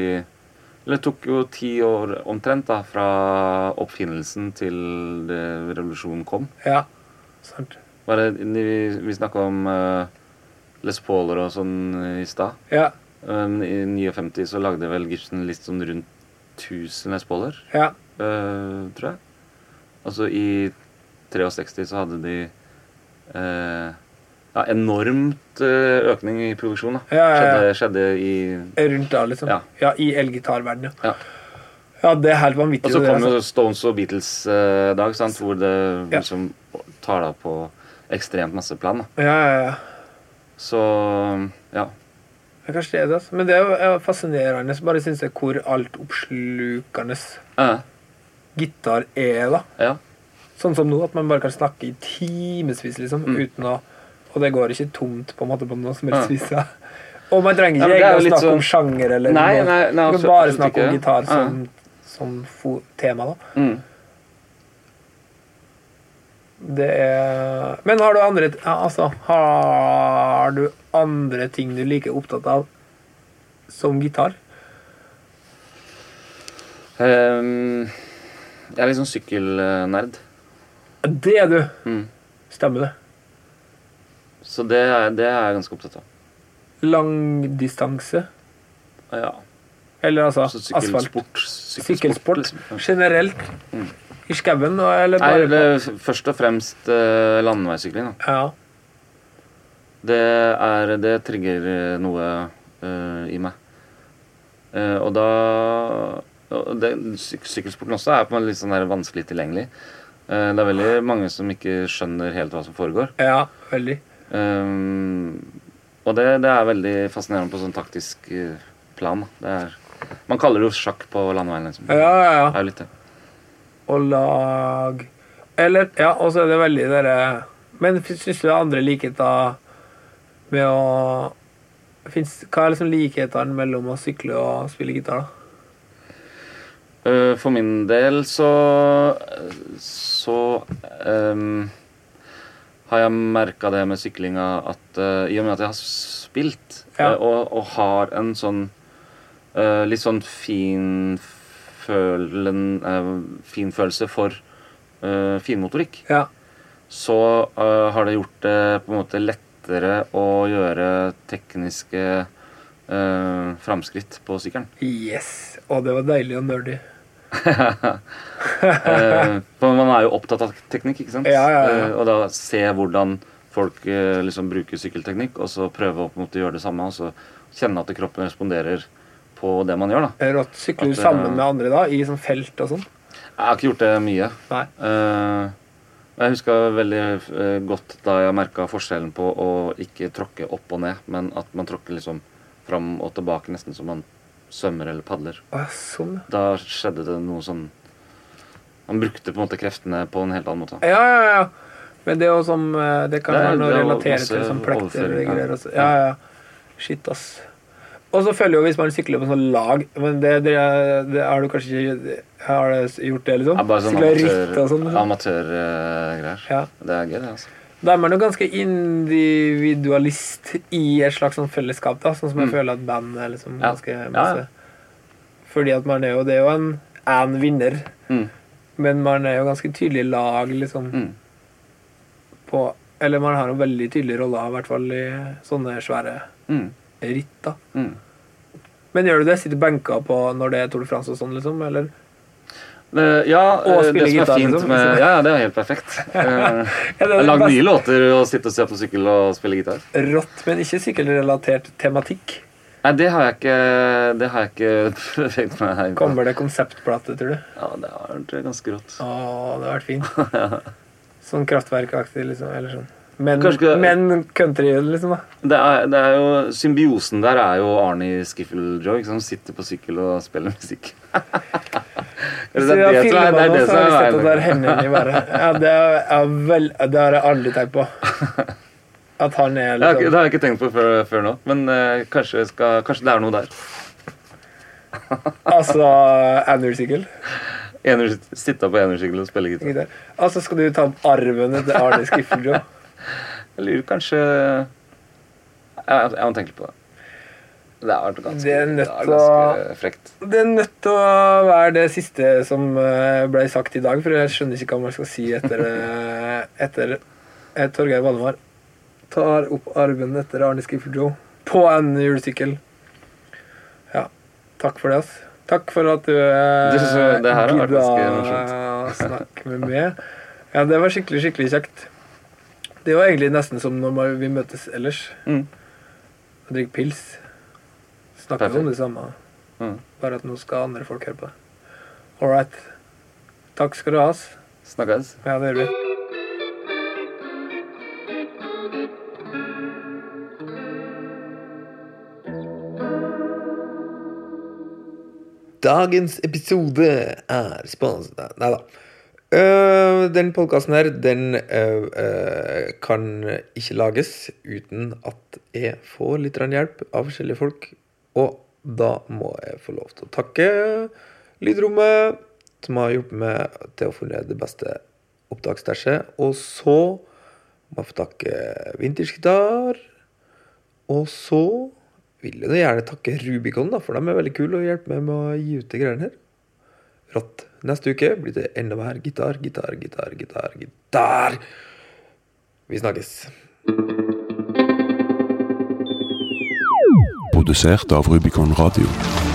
[SPEAKER 2] Eller tok jo ti år omtrent, da, fra oppfinnelsen til det revolusjonen kom.
[SPEAKER 3] ja sant.
[SPEAKER 2] Bare, vi vi snakka om eh, Les Pauler og sånn i stad.
[SPEAKER 3] Ja.
[SPEAKER 2] Um, I 59 så lagde vel Gibson litt sånn rundt 1000 Les Pauler,
[SPEAKER 3] Ja.
[SPEAKER 2] eh, tror jeg. Og så i 63 så hadde de eh, ja, enormt eh, økning i produksjon. da.
[SPEAKER 3] Ja, ja, ja.
[SPEAKER 2] Skjedde, skjedde i
[SPEAKER 3] Rundt da, liksom. Ja,
[SPEAKER 2] Ja.
[SPEAKER 3] I elgitarverdenen, ja.
[SPEAKER 2] Ja.
[SPEAKER 3] Ja, det er helt vanvittig.
[SPEAKER 2] Og så
[SPEAKER 3] det altså.
[SPEAKER 2] kom
[SPEAKER 3] der,
[SPEAKER 2] jo Stones og Beatles eh, dag, sant? hvor det
[SPEAKER 3] Ja.
[SPEAKER 2] liksom tar deg på ekstremt masse plan. Da.
[SPEAKER 3] altså. ja, ja, ja.
[SPEAKER 2] Så ja.
[SPEAKER 3] Ja, Kanskje det er det, altså. Men det er jo er fascinerende bare synes jeg hvor altoppslukende
[SPEAKER 2] Ja,
[SPEAKER 3] gitar er, da.
[SPEAKER 2] Eh, ja.
[SPEAKER 3] Sånn som nå, at man bare kan snakke i timevis, liksom, uten å Og det går ikke tomt på en måte på noe som helst
[SPEAKER 2] Mm. Ja.
[SPEAKER 3] vis. da. Og man trenger
[SPEAKER 2] Ja,
[SPEAKER 3] ikke
[SPEAKER 2] men det er jo
[SPEAKER 3] egentlig å
[SPEAKER 2] litt
[SPEAKER 3] snakke om
[SPEAKER 2] sånn-
[SPEAKER 3] sjanger eller
[SPEAKER 2] Nei,
[SPEAKER 3] noe.
[SPEAKER 2] nei, altså, nei,
[SPEAKER 3] man kan
[SPEAKER 2] absolutt-
[SPEAKER 3] bare
[SPEAKER 2] absolutt
[SPEAKER 3] snakke om
[SPEAKER 2] ikke.
[SPEAKER 3] gitar
[SPEAKER 2] Ja.
[SPEAKER 3] som, som fo tema, da.
[SPEAKER 2] Mm.
[SPEAKER 3] Det er Men har du andre ja, Altså, har du andre ting du er like opptatt av som gitar?
[SPEAKER 2] Ehm, jeg er litt sånn sykkelnerd.
[SPEAKER 3] Det er du!
[SPEAKER 2] Mm.
[SPEAKER 3] Stemmer det.
[SPEAKER 2] Så det er, det er jeg ganske opptatt av.
[SPEAKER 3] Langdistanse.
[SPEAKER 2] Ja.
[SPEAKER 3] Eller altså
[SPEAKER 2] Så
[SPEAKER 3] asfalt.
[SPEAKER 2] sykkelsport.
[SPEAKER 3] Sykkelsport
[SPEAKER 2] liksom. Ja.
[SPEAKER 3] generelt. I skauen, og- eller
[SPEAKER 2] Nei,
[SPEAKER 3] bare på
[SPEAKER 2] det er f- først og fremst eh, landeveissykling. Da.
[SPEAKER 3] Ja.
[SPEAKER 2] Det, er, det trigger eh, noe eh, i meg. Eh, og da og det, syk, Sykkelsporten også er på en måte litt sånn der vanskelig tilgjengelig. Eh, det er veldig mange som ikke skjønner helt hva som foregår.
[SPEAKER 3] ja, veldig.
[SPEAKER 2] Ehm, og det, det er veldig fascinerende på sånn taktisk eh, plan. da. Det er, man kaller det jo sjakk på landeveien. Liksom.
[SPEAKER 3] Ja, ja, ja.
[SPEAKER 2] Det er jo litt det.
[SPEAKER 3] Og lag Eller, ja, og så er det veldig dere Men syns du det er andre likheter med å finnes, Hva er liksom likhetene mellom å sykle og spille gitar, da?
[SPEAKER 2] Eh, For min del så Så ehm, har jeg merka det med syklinga at eh, i og med at jeg har spilt
[SPEAKER 3] Ja.
[SPEAKER 2] eh, og, og har en sånn eh, litt sånn finfølen eh, Finfølelse for eh, finmotorikk,
[SPEAKER 3] Ja.
[SPEAKER 2] så eh, har det gjort det på en måte lettere å gjøre tekniske uh, framskritt på sykkelen.
[SPEAKER 3] Yes. Å, det var deilig og nerdy.
[SPEAKER 2] Eh, for man er jo opptatt av teknikk, ikke sant?
[SPEAKER 3] Ja, ja, ja.
[SPEAKER 2] Eh, og da se hvordan folk eh, liksom bruker sykkelteknikk, og så prøve å på en måte gjøre det samme, og så kjenne at kroppen responderer på det man gjør, da.
[SPEAKER 3] Rått. Sykler du
[SPEAKER 2] At, eh,
[SPEAKER 3] sammen med andre da, i sånn felt og sånn?
[SPEAKER 2] Jeg har ikke gjort det mye.
[SPEAKER 3] Nei.
[SPEAKER 2] Eh, jeg huska veldig eh, godt da jeg merka forskjellen på å ikke tråkke opp og ned, men at man tråkker liksom fram og tilbake, nesten som man svømmer eller padler.
[SPEAKER 3] Å, ja, sånn.
[SPEAKER 2] Da skjedde det noe sånn Man brukte på en måte kreftene på en helt annen måte.
[SPEAKER 3] Ja, ja, ja. Men det er jo som eh, Det kan
[SPEAKER 2] Det er-
[SPEAKER 3] være noe
[SPEAKER 2] det er jo
[SPEAKER 3] relatert
[SPEAKER 2] masse
[SPEAKER 3] til som plekter eller
[SPEAKER 2] overføring, ja.
[SPEAKER 3] greier. Også. Ja, ja. Shit, ass. Og så føler jeg jo hvis man sykler på sånn lag Men det, det, det har du kanskje ikke Har du gjort det, liksom?
[SPEAKER 2] Ja, bare sånn
[SPEAKER 3] Sykler ritt og sånn. Liksom.
[SPEAKER 2] amatørgreier. Amatør, eh, greier.
[SPEAKER 3] Ja.
[SPEAKER 2] Det er gøy, det. altså.
[SPEAKER 3] Da er man jo ganske individualist i et slags sånn fellesskap, da. Sånn som jeg føler at band er liksom
[SPEAKER 2] Mm. Ja.
[SPEAKER 3] ganske
[SPEAKER 2] Ja, ja.
[SPEAKER 3] Mm, masse. Fordi at man er jo Det er jo en en vinner. Men man er jo ganske tydelig lag, liksom.
[SPEAKER 2] Mm.
[SPEAKER 3] På, eller man har en veldig tydelig rolle, i hvert fall i sånne svære
[SPEAKER 2] Mm.
[SPEAKER 3] ritt. da.
[SPEAKER 2] Mm.
[SPEAKER 3] Men gjør du det? Sitter benka på når det er Tour de France og sånn, liksom? Eller?
[SPEAKER 2] Eh, ja,
[SPEAKER 3] Og
[SPEAKER 2] eh,
[SPEAKER 3] spille
[SPEAKER 2] det som
[SPEAKER 3] gitar,
[SPEAKER 2] er fint
[SPEAKER 3] liksom.
[SPEAKER 2] med Ja, ja, det er helt perfekt. Eh,
[SPEAKER 3] Ja, det
[SPEAKER 2] Jeg
[SPEAKER 3] er
[SPEAKER 2] har lagd
[SPEAKER 3] best-
[SPEAKER 2] mye låter og sitte og se på sykkel og spille gitar.
[SPEAKER 3] Rått, men ikke sykkelrelatert tematikk.
[SPEAKER 2] Nei, det har jeg ikke Det har jeg ikke tenkt meg. her.
[SPEAKER 3] Kommer det konseptplate, tror du?
[SPEAKER 2] Ja, det har vært ganske rått.
[SPEAKER 3] Å, det har vært fint. Sånn kraftverkaktig, liksom. Eller sånn. Men,
[SPEAKER 2] Kanskje ikke-
[SPEAKER 3] men country, liksom. da.
[SPEAKER 2] Det er, det er jo, symbiosen der er jo Arnie Skiffeljoy, som sitter på sykkel og spiller musikk.
[SPEAKER 3] Hvis
[SPEAKER 2] det
[SPEAKER 3] vi
[SPEAKER 2] er
[SPEAKER 3] har
[SPEAKER 2] det som
[SPEAKER 3] filma
[SPEAKER 2] er- det er
[SPEAKER 3] noe,
[SPEAKER 2] det
[SPEAKER 3] så
[SPEAKER 2] som
[SPEAKER 3] har vi
[SPEAKER 2] er
[SPEAKER 3] sett at det er
[SPEAKER 2] veien.
[SPEAKER 3] hendene i været. Ja, det, er vel, det har jeg aldri tenkt på. At han er
[SPEAKER 2] Jeg har ikke- Det
[SPEAKER 3] liksom
[SPEAKER 2] har jeg ikke tenkt på før, før nå, men eh, kanskje, jeg skal, kanskje det er noe der.
[SPEAKER 3] Altså Annual-sykkel.
[SPEAKER 2] Ener- Sitte på enersykkel og spille gitar.
[SPEAKER 3] Altså, skal du ta opp arven til Arne Skiffeljoe?
[SPEAKER 2] Jeg lurer kanskje Jeg, jeg må tenke litt på det. Det har vært ganske,
[SPEAKER 3] Det er nødt
[SPEAKER 2] det har vært
[SPEAKER 3] til å-
[SPEAKER 2] ganske frekt.
[SPEAKER 3] Det er nødt til å være det siste som eh, ble sagt i dag, for jeg skjønner ikke hva man skal si etter, eh, etter eh, Torgeir Valmar tar opp arven etter Arne Skiffeljoe på en julesykkel. Ja. Takk for det, ass. Takk for at du eh,
[SPEAKER 2] Det synes jeg- det her har vært ganske
[SPEAKER 3] å snakke med meg. Ja, det var skikkelig, skikkelig kjekt. Det var egentlig nesten som når man- vi møtes ellers.
[SPEAKER 2] Mm.
[SPEAKER 3] Og drikke pils. Snakke
[SPEAKER 2] Perfekt.
[SPEAKER 3] om det samme.
[SPEAKER 2] Mm.
[SPEAKER 3] Bare at nå skal andre folk høre på det. All right. Takk skal du ha. ass.
[SPEAKER 2] Snakkes.
[SPEAKER 3] Ja, det gjør vi.
[SPEAKER 1] Dagens episode er sponset Nei da. Øh, den podkasten her, den øh, øh, kan ikke lages uten at jeg får litt grann hjelp av forskjellige folk. Og da må jeg få lov til å takke Lydrommet, som har hjulpet meg til å få ned det beste opptaksstæsjet. Og så må jeg få takke Vintersgitar. Og så vil jeg da gjerne takke Rubicon, da, for de er veldig kule og hjelper meg med å gi ut de greiene her. Rått. Neste uke blir det enda mer gitar, gitar, gitar, gitar, gitar. Vi snakkes.
[SPEAKER 4] Produsert av Rubicon Radio.